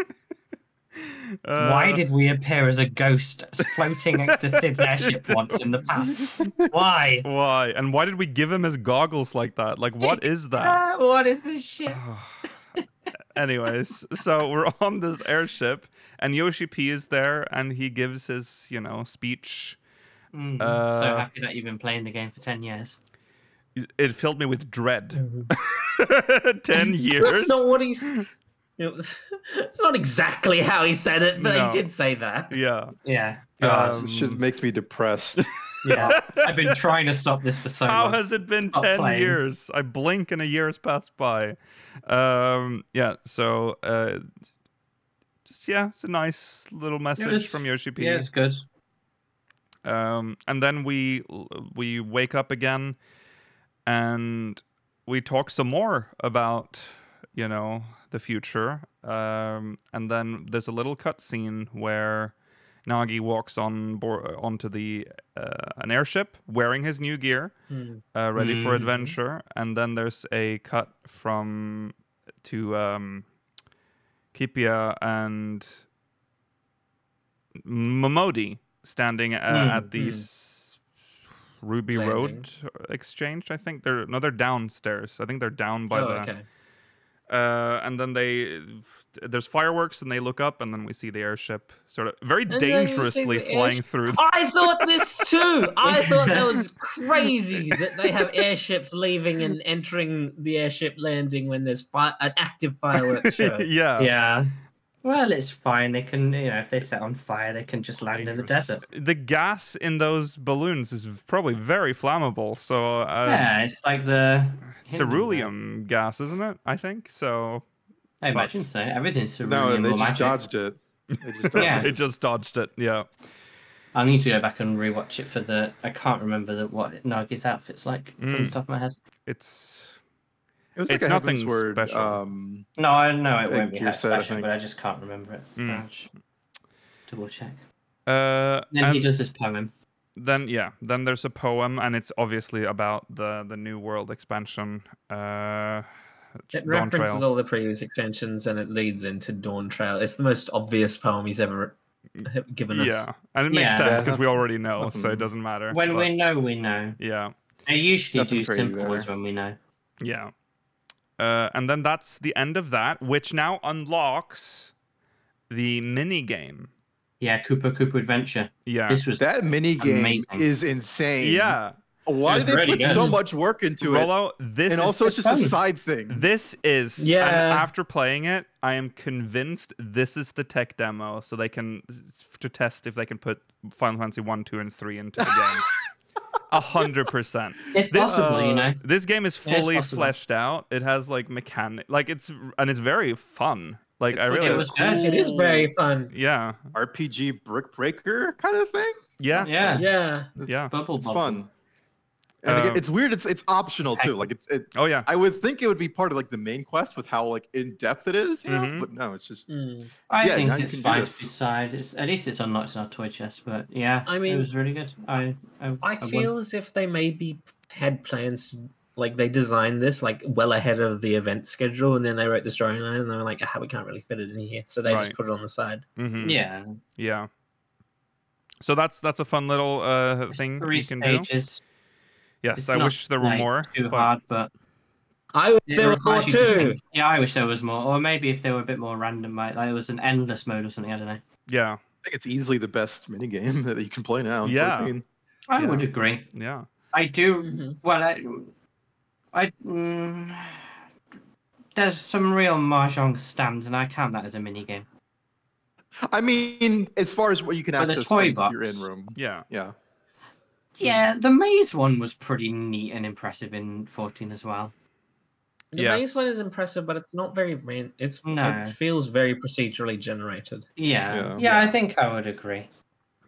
S3: Why
S1: Uh,
S3: did we appear as a ghost floating next to Sid's airship once in the past? Why?
S1: Why? And why did we give him his goggles like that? Like, what is that?
S3: Ah, what is this shit?
S1: Anyways, so we're on this airship, and Yoshi P is there, and he gives his, you know, speech.
S3: Mm,
S1: Uh,
S3: so happy that you've been playing the game for ten years.
S1: It filled me with dread. Ten years.
S5: That's not what he's. It's not exactly how he said it, but
S1: No.
S5: he did say that.
S1: Yeah.
S3: Yeah.
S1: God.
S4: This just makes me depressed.
S3: yeah. I've been trying to stop this for so
S1: How
S3: long.
S1: has it been
S3: Stop
S1: 10
S3: playing.
S1: years? I blink and a year has passed by. Um, yeah, so uh, just, yeah, it's a nice little message
S3: it's-
S1: from Yoshi P.
S3: yeah, it's good.
S1: Um, and then we we wake up again, and we talk some more about you know the future. Um, and then there's a little cutscene where Nagi walks on board onto the uh, an airship wearing his new gear,
S5: Hmm.
S1: uh, ready for
S3: Mhm.
S1: adventure. And then there's a cut from to um, Kipia and Momodi standing uh, at the
S5: Mhm.
S1: s- Ruby
S5: Landing.
S1: Road exchange. I think they're no, they're downstairs. I think they're down by
S5: oh,
S1: the.
S5: okay.
S1: Uh, and then they there's fireworks and they look up and then we see the airship sort of very
S5: then you see
S1: dangerously
S5: the
S1: flying
S5: airship.
S1: through.
S5: I thought this too. I thought that was crazy that they have airships leaving and entering the airship landing when there's fi- an active fireworks show.
S1: yeah.
S3: yeah. Well, it's fine. They can, you know, if they set on fire, they can just land in the
S4: Dangerous.
S3: desert.
S1: the gas in those balloons is probably very flammable. So uh,
S3: yeah, it's like the Hindenburg.
S1: ceruleum gas, isn't it? I think so.
S3: I imagine so. Everything's
S4: no,
S3: cerulean
S4: they
S3: or
S4: just
S3: magic.
S4: dodged it. They just dodged
S3: Yeah.
S1: It just dodged it. Yeah.
S3: I need to go back and rewatch it for the. I can't remember the, what Nagi's outfit's like from
S4: Hmm.
S1: Mm.
S3: the top of my head.
S1: It's
S4: It was
S1: It's
S4: like a Heaven's
S1: nothing
S4: Word,
S1: special.
S4: Um,
S3: No, I know it
S4: I
S3: won't be
S4: think
S3: that
S4: you said, I
S3: special,
S4: think. Hmm.
S3: but I just can't remember it.
S1: Mm.
S3: I'll just Double check.
S1: uh
S3: Then he
S4: Um,
S1: and
S3: does this poem.
S1: then yeah, then there's a poem and it's obviously about the the new world expansion uh
S5: It
S1: Dawn
S5: references
S1: Trail.
S5: all the previous extensions and it leads into Dawn Trail. It's the most obvious poem he's ever given us.
S1: yeah. And it makes
S3: Yeah.
S1: sense
S4: Yeah,
S1: because we already know,
S4: nothing-
S1: so it doesn't matter.
S3: When
S1: but-
S3: we know, we know.
S1: Yeah.
S3: I usually
S4: Nothing
S3: do
S4: crazy
S3: simple
S4: there.
S3: ones when we know.
S1: Yeah. Uh, and then that's the end of that, which now unlocks the mini game.
S3: Yeah, Cooper Cooper Adventure.
S1: Yeah.
S3: This was
S4: That mini game
S3: Amazing.
S4: is insane.
S1: yeah.
S4: Why
S3: It's
S4: did they
S3: really
S4: put
S3: good.
S4: so much work into it?
S1: Rollo, this
S4: and
S1: is-
S4: also, it's just a
S3: funny.
S4: side
S3: Mm-hmm.
S4: thing.
S1: this is and
S5: Yeah.
S1: after playing it, I am convinced this is the tech demo, so they can to test if they can put Final Fantasy one, two, and three into the game. A hundred percent.
S3: it's
S1: this-
S3: possible,
S4: uh,
S3: you know.
S1: This game is
S3: Yeah, it's
S1: fully
S3: possible.
S1: fleshed out. It has like mechanic, like it's and it's very fun. Like
S4: It's
S1: I
S4: like
S1: really,
S3: It was
S4: cool
S3: good.
S5: It is very fun.
S1: yeah,
S4: RPG brick breaker kind of thing.
S1: yeah,
S3: Yeah.
S5: Yeah.
S1: yeah.
S3: Bubble
S4: It's
S3: bubble.
S4: fun. And again,
S1: Um,
S4: it's weird. It's it's optional too. Like it's it.
S1: Oh yeah.
S4: I would think it would be part of like the main quest with how like in depth it is, you know.
S1: Mhm.
S4: But no, it's just
S5: Mm.
S3: I
S4: Yeah,
S3: think
S4: now you
S3: it's
S4: can do
S3: fine
S4: this.
S3: to decide. It's, at least it's unlocked in our toy chest, but yeah,
S5: I
S3: it
S5: mean,
S3: was really good. I I,
S5: I
S3: won-
S5: feel as if they maybe had plans to, like they designed this like well ahead of the event schedule and then they wrote the storyline and they were like, ah, we can't really fit it in here. So they
S1: Right.
S5: just put it on the side.
S4: Hmm.
S1: Mm-hmm.
S3: yeah,
S1: Yeah. So that's that's a fun little uh, thing
S3: three
S1: you can do.
S3: stages.
S1: Yes,
S3: It's
S1: I
S3: not,
S1: wish there were
S3: like,
S1: more.
S3: Too
S1: but-
S3: hard, but
S5: I wish
S3: it
S5: there were more
S3: requires you to
S5: too.
S3: think- Yeah, I wish there was more, or maybe if they were a bit more random, like, like it was an endless mode or something. I don't know.
S1: Yeah,
S4: I think it's easily the best mini game that you can play now. in
S1: Yeah.
S4: 14.
S3: I
S1: Yeah.
S3: would agree.
S1: yeah.
S3: I do.
S5: Mhm.
S3: Well, I, I mm, there's some real mahjong stands, and I count that as a mini game.
S4: I mean, as far as what you can
S3: But the
S4: access
S3: toy
S4: when
S3: box.
S4: you're in room.
S1: Yeah.
S4: Yeah.
S3: Yeah, the maze one was pretty neat and impressive in 14 as well.
S5: The
S1: Yes.
S5: maze one is impressive, but it's not very ran- it's
S3: No.
S5: it feels very procedurally generated.
S3: Yeah.
S4: Yeah.
S3: yeah, I think I would agree.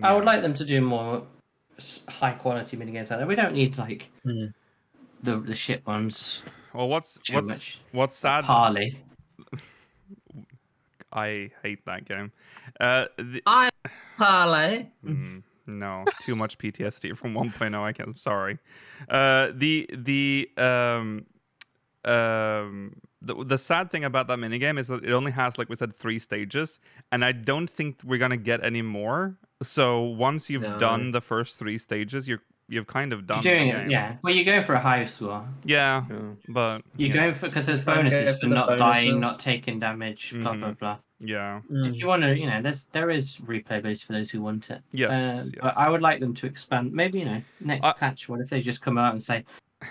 S3: I would like them to do more s- high quality minigames like that. We don't need like
S5: Mm.
S3: the the shit ones.
S1: Well, what's
S3: Too
S1: what's
S3: much.
S1: what's sad?
S3: Harley.
S1: I hate that game. Uh, the,
S5: I parlay.
S1: mm, no, too much PTSD from 1.0. I can't. I'm sorry. Uh, the the um um the, the sad thing about that minigame is that it only has like we said three stages and i don't think we're gonna get any more so once you've
S5: No.
S1: done the first three stages you're you've kind of
S3: You're
S1: done
S3: doing
S1: the
S3: it,
S1: game.
S3: yeah. Well, you're going for a high score.
S1: yeah
S4: yeah.
S1: but
S3: You're
S1: yeah,
S3: going for because there's
S5: Try and go
S3: bonuses for,
S5: for the
S3: not dying,
S5: bonuses.
S3: not taking damage, blah blah
S1: Mhm.
S3: blah.
S1: yeah
S5: Mm.
S3: If you want to, you know, there's there is replayability for those who want it.
S1: yes,
S3: Uh,
S1: yes.
S3: But I would like them to expand. Maybe you know, next
S1: I-
S3: patch. What if they just come out and say,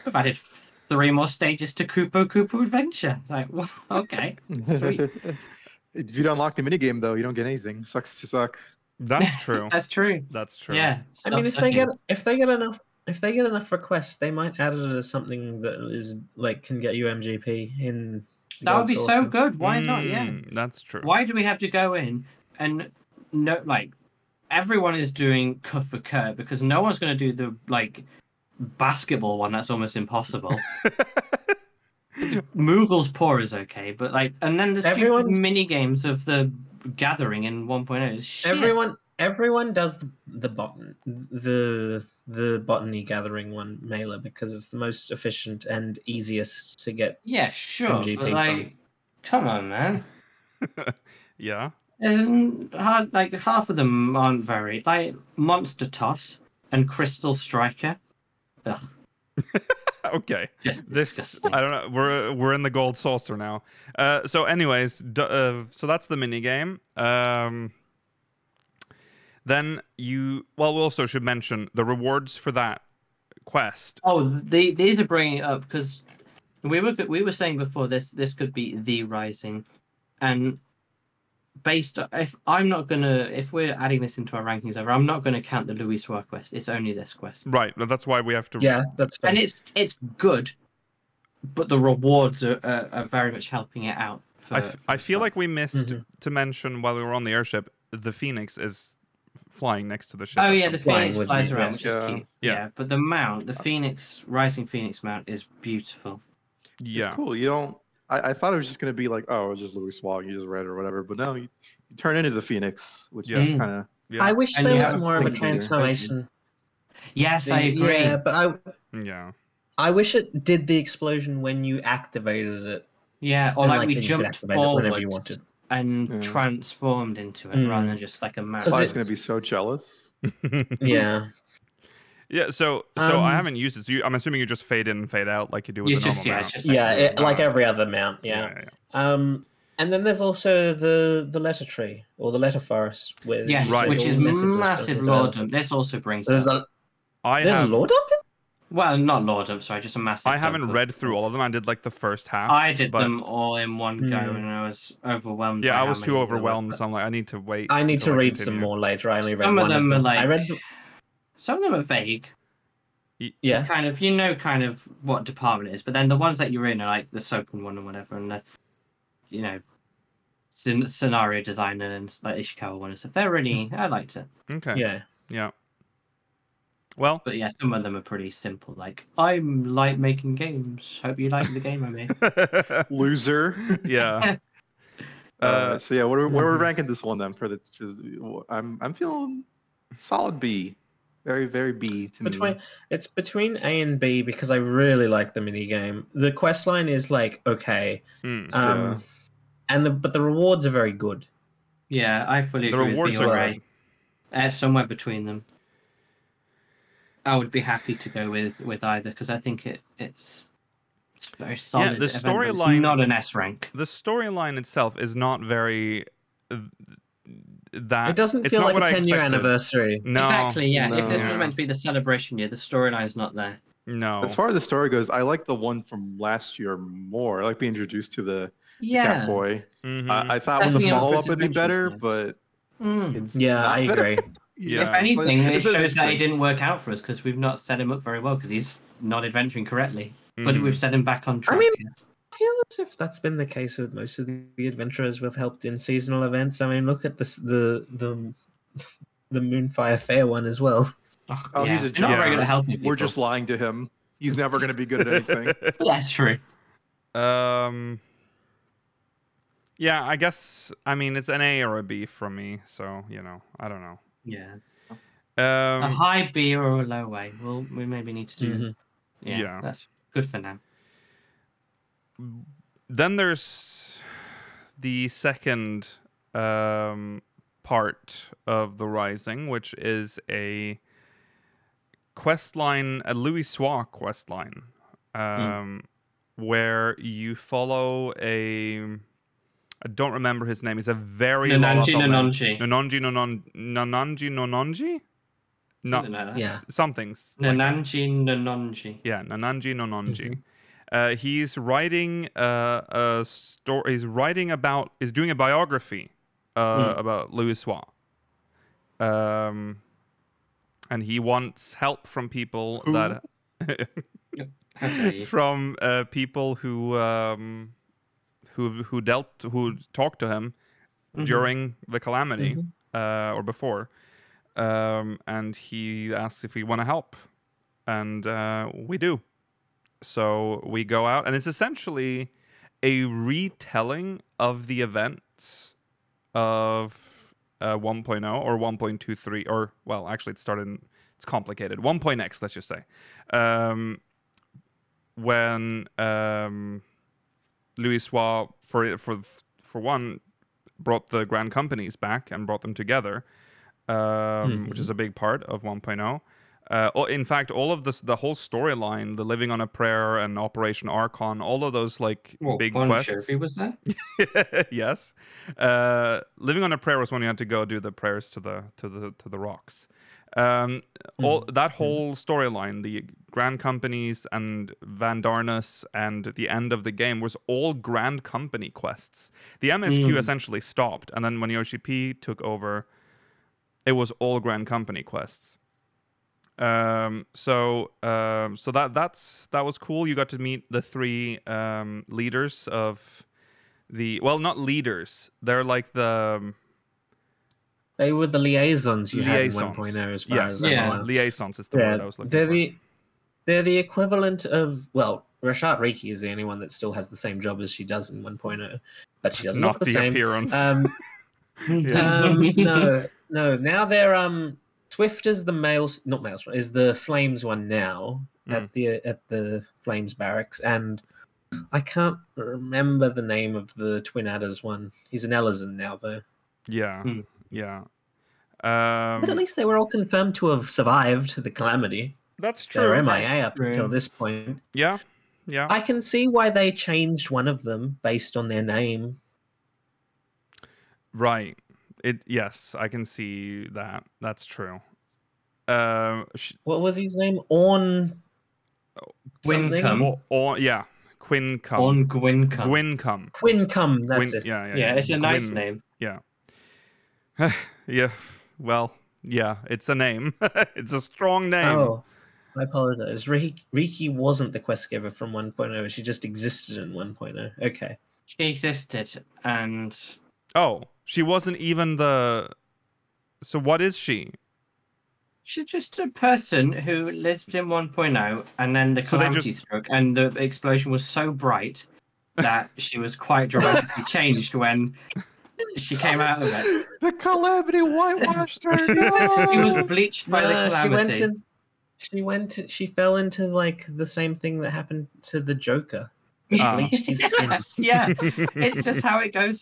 S3: "We've added f- three more stages to Koopo Koopo Adventure"? Like, wha- okay, Sweet.
S4: if you don't unlock the minigame though, you don't get anything. Sucks to suck.
S1: that's true
S3: that's true.
S1: that's true
S3: Yeah.
S5: I mean, if they
S3: self-sucking.
S5: get if they get enough if they get enough requests, they might add it as something that is like can get you MGP in. the
S3: that would
S5: gold
S3: be
S5: source
S3: so
S5: and-
S3: good. Why not? Yeah.
S5: Hmm.
S1: Mm, that's true
S3: Why do we have to go in and no like everyone is doing cuff for cur because no one's going to do the like basketball one. That's almost impossible. Moogle's Paw is okay, but like, and then the stupid
S5: Everyone's-
S3: mini games of the gathering in 1.0 is shit.
S5: Everyone everyone does the the botan the the botany gathering one mailer because it's the most efficient and easiest to get.
S3: Yeah, sure.
S5: MGP
S3: But
S5: from-
S3: like, come on, man.
S1: yeah
S3: Isn't hard like half of them aren't very like Monster Toss and Crystal Striker.
S1: okay
S3: Just
S1: this
S3: disgusting.
S1: i don't know we're we're in the gold saucer now uh so anyways d- uh, so that's the mini game um then you well we also should mention the rewards for that quest
S3: Oh, the, these are bringing it up because we were we were saying before this this could be the rising, and based on, if I'm not gonna if we're adding this into our rankings ever I'm not gonna count the Louis Suarez quest. It's only this quest,
S1: right well, that's why we have to
S5: Yeah, that's fair.
S3: and it's it's good, but the rewards are are, are very much helping it out. For,
S1: I, f-
S3: for
S1: I
S3: this
S1: feel
S3: one.
S1: like we missed
S3: Mm-hmm.
S5: Mhm.
S1: to mention while we were on the airship the phoenix is flying next to the ship
S3: oh
S1: at
S3: yeah,
S1: some
S3: the
S1: point.
S5: flying
S3: phoenix
S5: would be
S3: flies around,
S5: nice,
S3: which is
S4: yeah.
S3: cute.
S1: Yeah.
S3: but the mount, the phoenix rising phoenix mount is beautiful.
S1: yeah
S4: It's cool. You don't. I, I thought it was just gonna be like, oh, it's just Louis Swag, you just read or whatever. But no, you, you turn into the Phoenix, which is
S3: Yeah.
S4: kind of
S1: yeah
S5: I wish
S3: And
S5: there
S3: you
S5: was
S3: have
S5: more of a
S4: things to do.
S5: transformation.
S3: Yes, I
S5: thing.
S3: agree.
S5: Yeah, but I
S1: yeah
S5: I wish it did the explosion when you activated it.
S3: Yeah, or
S5: and,
S3: like, we
S5: then you could
S3: jumped
S5: activate it
S3: forward
S5: whenever you Mm. wanted.
S3: and
S4: Yeah.
S3: transformed into it rather than just like a mouse.
S5: Because
S4: I
S5: it-
S4: was gonna be so jealous.
S5: Yeah.
S1: Yeah, so so I
S5: Um,
S1: haven't used it. So you, I'm assuming you just fade in and fade out like you do with
S3: It's
S1: the
S3: just
S1: normal
S3: yeah,
S1: mount.
S3: it's just
S5: yeah,
S3: like,
S5: it,
S1: uh,
S5: like every other mount. Yeah.
S1: yeah,
S5: Um, and then there's also the the letter tree or the letter forest. With
S3: yes,
S1: Right.
S3: which
S5: all
S3: is
S5: the messages of
S3: massive
S5: the-
S3: lordum. This also brings
S5: There's
S3: up-
S5: a
S1: I
S5: there's a
S1: have
S5: lord up.
S3: well, not lordum. Sorry, just a massive.
S1: I haven't
S3: dump of-
S1: read through all of them. I did like the first half.
S3: I did
S1: but-
S3: them all in one go,
S5: Hmm.
S3: and I was overwhelmed.
S1: Yeah,
S3: by
S1: I
S3: how
S1: was
S3: many
S1: too
S3: there were,
S1: overwhelmed,
S3: but
S1: so I'm like, I need to wait.
S5: I need to
S1: until
S5: read some
S1: continue.
S5: more later. I only read
S3: Some
S5: one
S3: of them are
S5: them.
S3: like
S5: I read the-
S3: some of them are vague.
S5: yeah.
S3: Kind of, you know, kind of what department it is, but then the ones that you're in are like the Soken one and whatever, and the, you know, scen- scenario designer and s- like Ishikawa one and stuff. They're
S5: Hmm.
S3: really, I liked it.
S1: Okay. Yeah.
S5: Yeah.
S1: Well,
S3: But yeah, some of them are pretty simple. Like, I'm like making games. Hope you like the game I made.
S4: Loser.
S1: yeah.
S4: Uh,
S5: Oh,
S1: Uh,
S4: so yeah, what are, what are we
S5: Mm-hmm.
S1: mhm.
S4: ranking this one then? For the, for the- I'm I'm feeling solid B, very very B
S3: Hmm.
S4: to me.
S5: Between it's between A and B because I really like the mini game. The quest line is like okay,
S1: mm.
S5: um,
S4: Yeah.
S5: and the but the rewards are very good.
S3: yeah, I fully
S1: The
S3: agree.
S1: rewards
S3: with
S1: are
S3: Bill,
S5: BOA.
S1: great.
S3: uh, somewhere between them. I would be happy to go with with either because I think it it's, it's very solid.
S1: the
S3: event, but it's
S1: storyline-
S3: not an S rank.
S1: The storyline itself is not very uh, that.
S5: It doesn't
S1: Uh, it's
S5: feel
S1: not
S5: like a
S1: what I
S5: ten year
S1: expected.
S5: anniversary.
S1: No,
S3: exactly. Yeah. if this
S1: no.
S3: was meant to be the celebration year, the storyline's not there.
S5: Oh.
S1: No.
S4: As far as the story goes, I like the one from last year more. I like being introduced to the
S3: Yeah.
S4: cat boy.
S1: Mhm.
S5: Mm-hmm.
S4: I, I thought
S3: That's
S4: the
S3: the Emperor's
S4: follow up would be
S3: Adventures,
S4: better,
S3: yes.
S4: but
S3: Mm.
S4: it's
S5: Yeah,
S4: not
S5: I
S4: better.
S5: agree.
S1: Yeah.
S3: If anything, it
S4: It's a-
S3: shows that he didn't work out for us because we've not set him up very well because he's not adventuring correctly. But
S1: Mhm.
S3: we've set him back on track.
S5: mean- I feel as if that's been the case with most of the adventurers we've helped in seasonal events. I mean, look at this the the the Moonfire Fair one as well.
S4: Oh, he's a
S3: They're not very
S1: jerk.
S3: good at helping
S4: We're
S3: people.
S4: just lying to him. He's never going to be good at anything.
S3: That's true.
S1: Um. Yeah, I guess. I mean, it's an A or a B from me, so you know, I don't know.
S3: Yeah.
S1: Um,
S3: a high B or a low A. Well, we maybe need to do. Yeah,
S1: Yeah.
S3: That's good for now.
S1: Then there's the second um, part of the Rising, which is a quest line, a Louis Soir quest line, um, where you follow a. I don't remember his name. He's a very
S3: Nonanji,
S1: volatile man.
S3: Nonanji.
S1: Nonanji, Nonon, Nonanji, Nonanji,
S3: Something
S1: no,
S3: like that.
S5: Yeah.
S1: something. s- like-
S3: Nananji Nanonji.
S1: yeah, Nananji Nonanji.
S3: Mm-hmm.
S1: Uh, he's writing uh, a story. He's writing about. Is doing a biography uh,
S3: Hmm.
S1: about Louis Soir. Um, and he wants help from people that
S3: How dare you?
S1: from uh, people who um, who who dealt who talked to him
S3: Mm-hmm.
S1: during the calamity uh, or before, um, and he asks if we want to help, and uh, we do. So we go out, and it's essentially a retelling of the events of uh, 1.0 or 1.23 or well, actually, it started. In, it's complicated. 1.x, let's just say. Um, when um, Louis Soir, for for for one, brought the grand companies back and brought them together, um, which is a big part of 1.0. Uh, o- in fact, all of this, the whole storyline, the living on a prayer and Operation Archon, all of those like
S3: Well,
S1: big
S3: Bon
S1: quests.
S3: Jovi was there?
S1: yes. Uh, living on a prayer was when you had to go do the prayers to the to the to the rocks. Um, all that whole storyline, the Grand Companies and Van Darnus and the end of the game was all Grand Company quests. The MSQ
S3: Mm.
S1: essentially stopped, and then when Yoshi P took over, it was all Grand Company quests. Um, so um, so that that's that was cool. You got to meet the three um, leaders of the well, not leaders. They're like the um,
S5: They were the liaisons you
S1: liaisons.
S5: had in 1.0 as far
S1: yes,
S5: as
S3: Yeah.
S5: I'm aware.
S1: liaisons is the
S5: Yeah,
S1: word I was looking
S5: they're
S1: for.
S5: the they're the equivalent of well, Rashad Riki is the only one that still has the same job as she does in 1.0, but she doesn't
S1: not
S5: look the, same.
S1: appearance.
S5: Um, um, no, no. Now they're um Swift is the male, not male, is the Flames one now
S1: Mm.
S5: at the at the Flames barracks, and I can't remember the name of the Twin Adders one. He's an Ellison now though,
S1: yeah,
S3: Hmm.
S1: yeah.
S5: but at
S1: Um,
S5: least they were all confirmed to have survived the calamity.
S1: That's true.
S5: They're MIA up
S3: true.
S5: until this point.
S1: Yeah. Yeah.
S5: I can see why they changed one of them based on their name.
S1: Right. It yes, I can see that. That's true. Uh, sh-
S5: What was his name? Orn.
S3: Oh,
S5: something?
S3: Wincum.
S1: or, or yeah, Quinn come.
S3: On Gwyncum.
S1: Gwyn come.
S5: Quincum. That's
S1: Gwyn-
S5: it.
S1: yeah, yeah,
S3: Yeah, it's a nice
S1: Gwyn-
S3: name.
S1: Yeah. Well, yeah, it's a name. it's a strong name.
S5: Oh, I apologize. Riki, Riki wasn't the quest giver from 1.0. She just existed in 1.0. Okay.
S3: She existed, and
S1: Oh, she wasn't even the. So what is she?
S3: she's just a person who lived in 1.0, and then the
S1: So they
S3: calamity
S1: just-
S3: struck, and the explosion was so bright that she was quite dramatically changed when she came out of it.
S4: The calamity whitewashed her.
S3: She was
S4: no!
S3: bleached by
S5: Nah,
S3: the
S5: Uh, she
S3: calamity.
S5: went in, she went in- she fell into like the same thing that happened to the Joker. He
S1: Ah.
S5: bleached his skin.
S3: yeah, it's just how it goes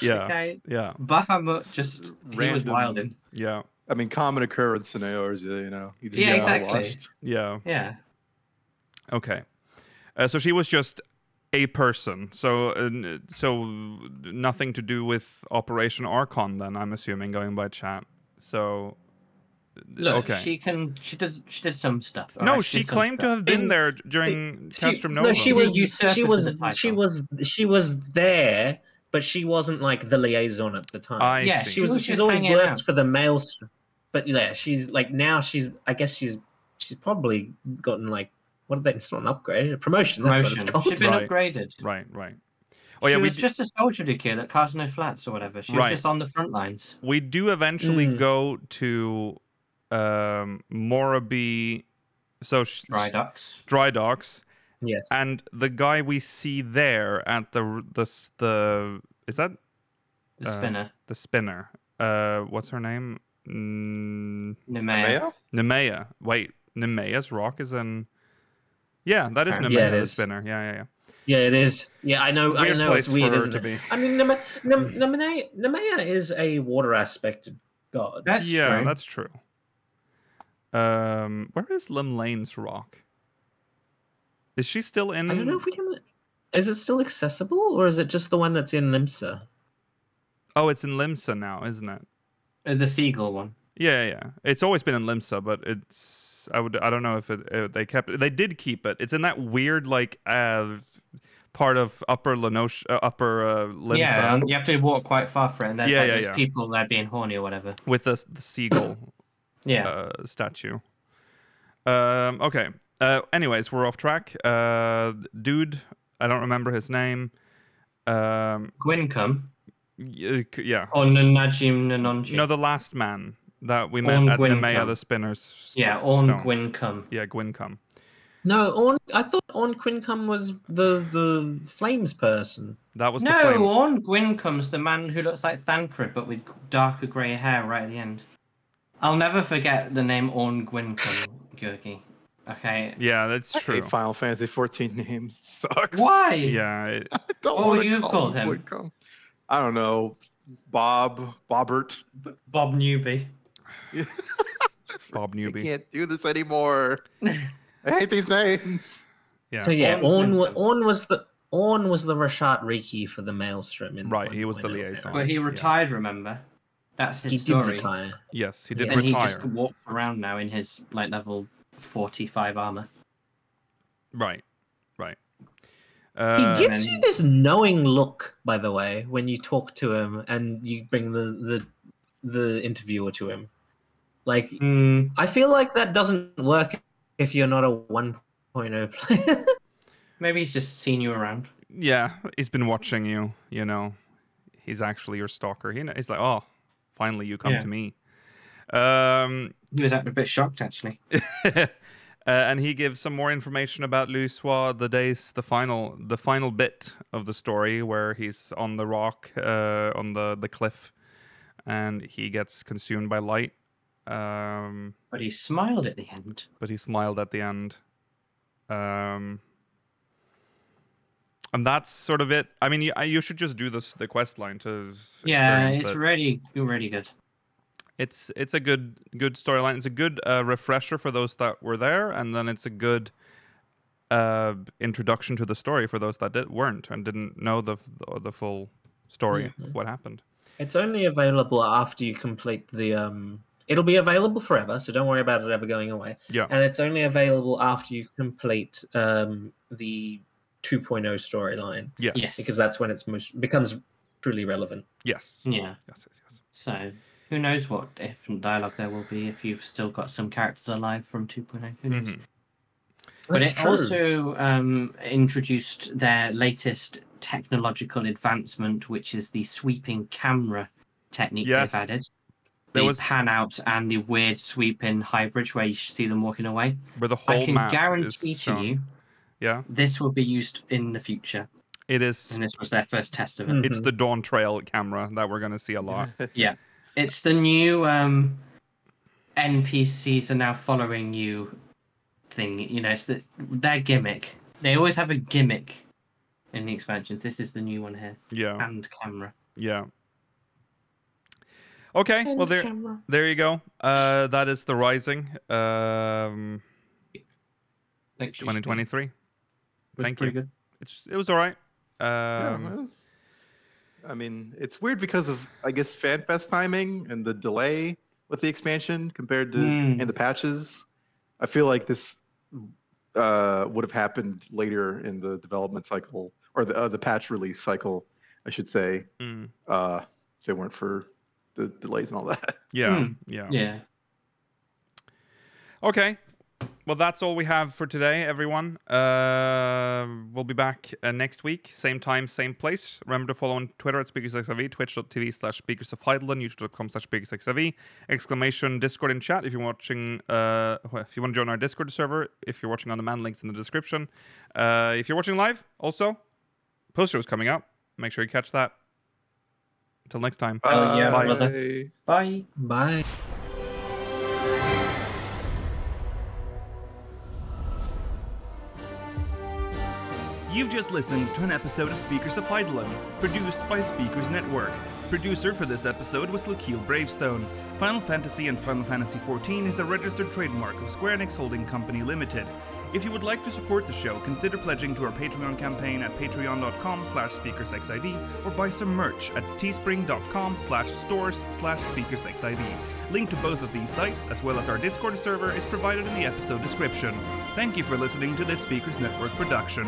S1: Yeah.
S3: Okay.
S1: Yeah,
S3: Bahamut just he was
S4: Random.
S3: wilding.
S1: yeah,
S4: I mean, common occurrence scenarios. You know. You
S3: Yeah,
S4: get
S3: exactly.
S4: whitewashed.
S1: yeah.
S3: Yeah.
S1: Okay. Uh, so she was just a person. So, uh, n- so nothing to do with Operation Archon. Then I'm assuming going by chat. So, uh,
S3: Look,
S1: okay.
S3: she can. She did. She did some stuff. all
S1: no,
S3: right?
S1: she
S3: did some
S1: claimed to
S3: stuff.
S1: have been
S3: In-
S1: there during
S5: She-
S1: Castrum Nova.
S5: No, she
S3: She's a
S5: was she
S3: usurper to
S5: was
S3: the title.
S5: she was she was there, but she wasn't like the liaison at the time.
S1: I
S3: Yeah,
S1: see.
S5: she was,
S3: She was
S5: she's
S3: just
S5: always
S3: hanging
S5: worked
S3: out.
S5: for the male st- but yeah she's like now she's i guess she's she's probably gotten like what did they it's not an upgrade a promotion,
S3: promotion.
S5: that's what
S3: She'd
S5: it's
S3: been
S5: called
S1: Right.
S3: upgraded.
S1: Right, right. Oh yeah,
S3: she
S1: we
S3: was
S1: d-
S3: just a soldier to kill at Cartano Flats or whatever. She
S1: Right.
S3: was just on the front lines.
S1: we do eventually
S5: Mm.
S1: go to um Morabee. So sh-
S3: Dry ducks.
S1: dry docks.
S5: yes
S1: and the guy we see there at the r- the s- the is that
S3: The
S1: Uh,
S3: spinner.
S1: the spinner? Uh, what's her name? Mm,
S3: Nemea.
S4: Yeah?
S1: Nemea. Wait, Nemea's rock is in. Yeah, that is Nemea
S3: Apparently.
S5: Yeah, it
S1: the
S5: is.
S1: spinner. Yeah, yeah, yeah.
S5: yeah it is yeah i know i
S1: Weird
S5: know
S1: place
S5: it's weird
S1: for
S5: isn't
S1: her
S5: it
S1: to be. Hmm.
S5: i mean Nema- Nem- Nemea Nemea is a water aspect god
S3: That's
S1: yeah,
S3: true.
S1: that's true. Um, where is Lim Lane's rock? Is she still in?
S5: i don't know if we can is it still accessible or is it just the one that's in limsa
S1: Oh, it's in Limsa now, isn't it?
S3: Uh, the seagull one.
S1: Yeah, yeah. yeah. It's always been in Limsa, but it's I would I don't know if it, uh they kept it. They did keep it. It's in that weird like uh part of Upper Lenosh uh, Upper uh, Limsa
S3: Yeah, and you have to walk quite far for it. And there's
S1: Yeah,
S3: like
S1: yeah,
S3: those
S1: yeah.
S3: people there being horny or whatever.
S1: with the, the seagull
S3: Yeah.
S1: uh, statue. Um, okay. Uh, anyways, we're off track. Uh, dude, I don't remember his name. Um,
S3: Gwyncum.
S1: y- uh, c- yeah.
S3: Or Nanajim Nanonji.
S1: No, the last man that we met
S3: Orn
S1: at the
S3: Gwyn
S1: Maya
S3: Cum.
S1: the Spinner's. st-
S3: yeah, on
S1: stone.
S3: Gwyncum.
S1: Yeah, Gwyncum.
S5: no on i thought on quincum was the the flames person
S1: That was the flame.
S3: No, on Gwyncum's the man who looks like Thancred but with darker grey hair right at the end. I'll never forget the name On Gwyncum, Gurgi. Okay.
S1: Yeah, that's
S4: I
S1: true.
S4: hate Final Fantasy 14 names. Sucks.
S3: Why?
S1: Yeah, it-
S4: I don't
S3: What would
S4: want
S3: you
S4: to
S3: have
S4: call
S3: called
S4: him.
S3: him?
S4: Whitcomb. I don't know. Bob. Bobbert.
S3: B- Bob Newby.
S1: Bob
S4: I
S1: Newby.
S4: can't do this anymore. I hate these names.
S1: Yeah.
S5: So yeah,
S3: Orn
S5: Orn, wa-
S3: Wyndham.
S5: Orn was the Orn was the Rashad Riki for the Maelstrom. In
S1: Right, he was the
S5: 1.0
S1: liaison.
S5: era.
S3: But he
S1: Yeah.
S3: retired, remember? That's his
S5: He did
S3: story.
S5: retire.
S1: Yes, he did
S3: and he
S1: retire.
S3: just walks around now in his like level forty-five armor.
S1: Right, right.
S5: He
S1: Uh,
S5: gives you this knowing look, by the way, when you talk to him and you bring the the, the interviewer to him. Like
S1: Hmm.
S5: I feel like that doesn't work if you're not a 1.0 player.
S3: maybe he's just seen you around.
S1: yeah, he's been watching you. You know, he's actually your stalker. He, kn- he's like, oh, finally you come
S3: Yeah.
S1: to me. Um,
S3: He was a bit shocked actually.
S1: uh, and he gives some more information about Luswa, the days, the final, the final bit of the story where he's on the rock, uh, on the the cliff, and he gets consumed by light. Um,
S3: But he smiled at the end.
S1: but he smiled at the end. Um, and that's sort of it. I mean, you, I- you should just do this the quest line to.
S3: Yeah,
S1: experience
S3: it's
S1: it.
S3: really really good.
S1: it's it's a good good storyline. It's a good uh, refresher for those that were there, and then it's a good uh, introduction to the story for those that did, weren't and didn't know the the, the full story
S3: Mm-hmm.
S1: of what happened.
S5: It's only available after you complete the. Um, it'll be available forever, so don't worry about it ever going away.
S1: Yeah.
S5: And it's only available after you complete um, the 2.0 storyline
S1: Yes.
S3: Yes.
S5: because that's when it's most becomes truly relevant.
S1: Yes.
S3: Yeah.
S1: Yes. Yes. Yes.
S3: So who knows what different dialogue there will be if you've still got some characters alive from 2.0. Who knows?
S1: Mhm.
S3: But
S5: That's
S3: it
S5: true.
S3: also um, introduced their latest technological advancement, which is the sweeping camera technique
S1: Yes.
S3: they've added.
S1: There
S3: the
S1: was-
S3: pan out and the weird sweeping high bridge where you see them walking away.
S1: Where the whole
S3: I can
S1: map
S3: guarantee
S1: is
S3: to
S1: shown.
S3: you
S1: Yeah.
S3: this will be used in the future.
S1: It is.
S3: And this was their first test of it.
S1: It's the Dawn Trail camera that we're gonna see a lot.
S3: It's the new um, NPCs are now following you thing. You know, it's the, their gimmick. They always have a gimmick in the expansions. This is the new one here.
S1: Yeah.
S3: And camera.
S1: Yeah. Okay. well, there, there you go. Uh, that is the Rising, um,
S3: Thanks, Jason.
S1: 2023.
S3: Was
S1: Thank
S3: pretty
S1: you.
S3: good.
S1: It's it was all right.
S4: Yeah,
S1: Um,
S4: that's- I mean, it's weird because of I guess FanFest timing and the delay with the expansion compared to
S3: Hmm.
S4: and the patches. I feel like this uh, would have happened later in the development cycle or the uh, the patch release cycle, I should say.
S1: mm,
S4: Uh, if it weren't for the delays and all that.
S1: yeah,
S3: Mm.
S1: yeah.
S3: Yeah.
S1: Okay. Well, that's all we have for today, everyone. Uh, we'll be back uh, next week, same time, same place. Remember to follow on Twitter at SpeakersXIV, twitch.tv slash Speakers of Heidelin, youtube.com slash SpeakersXIV, exclamation Discord in chat if you're watching, uh, if you want to join our Discord server, if you're watching on demand, links in the description. Uh, if you're watching live, also, post show's coming up. Make sure you catch that. Until next time.
S3: Oh, yeah,
S4: Bye.
S3: brother. Bye.
S5: Bye.
S6: You've just listened to an episode of Speakers of Eidolon, produced by Speakers Network. Producer for this episode was Lukiel Bravestone. Final Fantasy and Final Fantasy XIV is a registered trademark of Square Enix Holding Company Limited. If you would like to support the show, consider pledging to our Patreon campaign at patreon.com slash speakersxiv or buy some merch at teespring.com slash stores slash speakersxiv. Link to both of these sites, as well as our Discord server, is provided in the episode description. Thank you for listening to this Speakers Network production.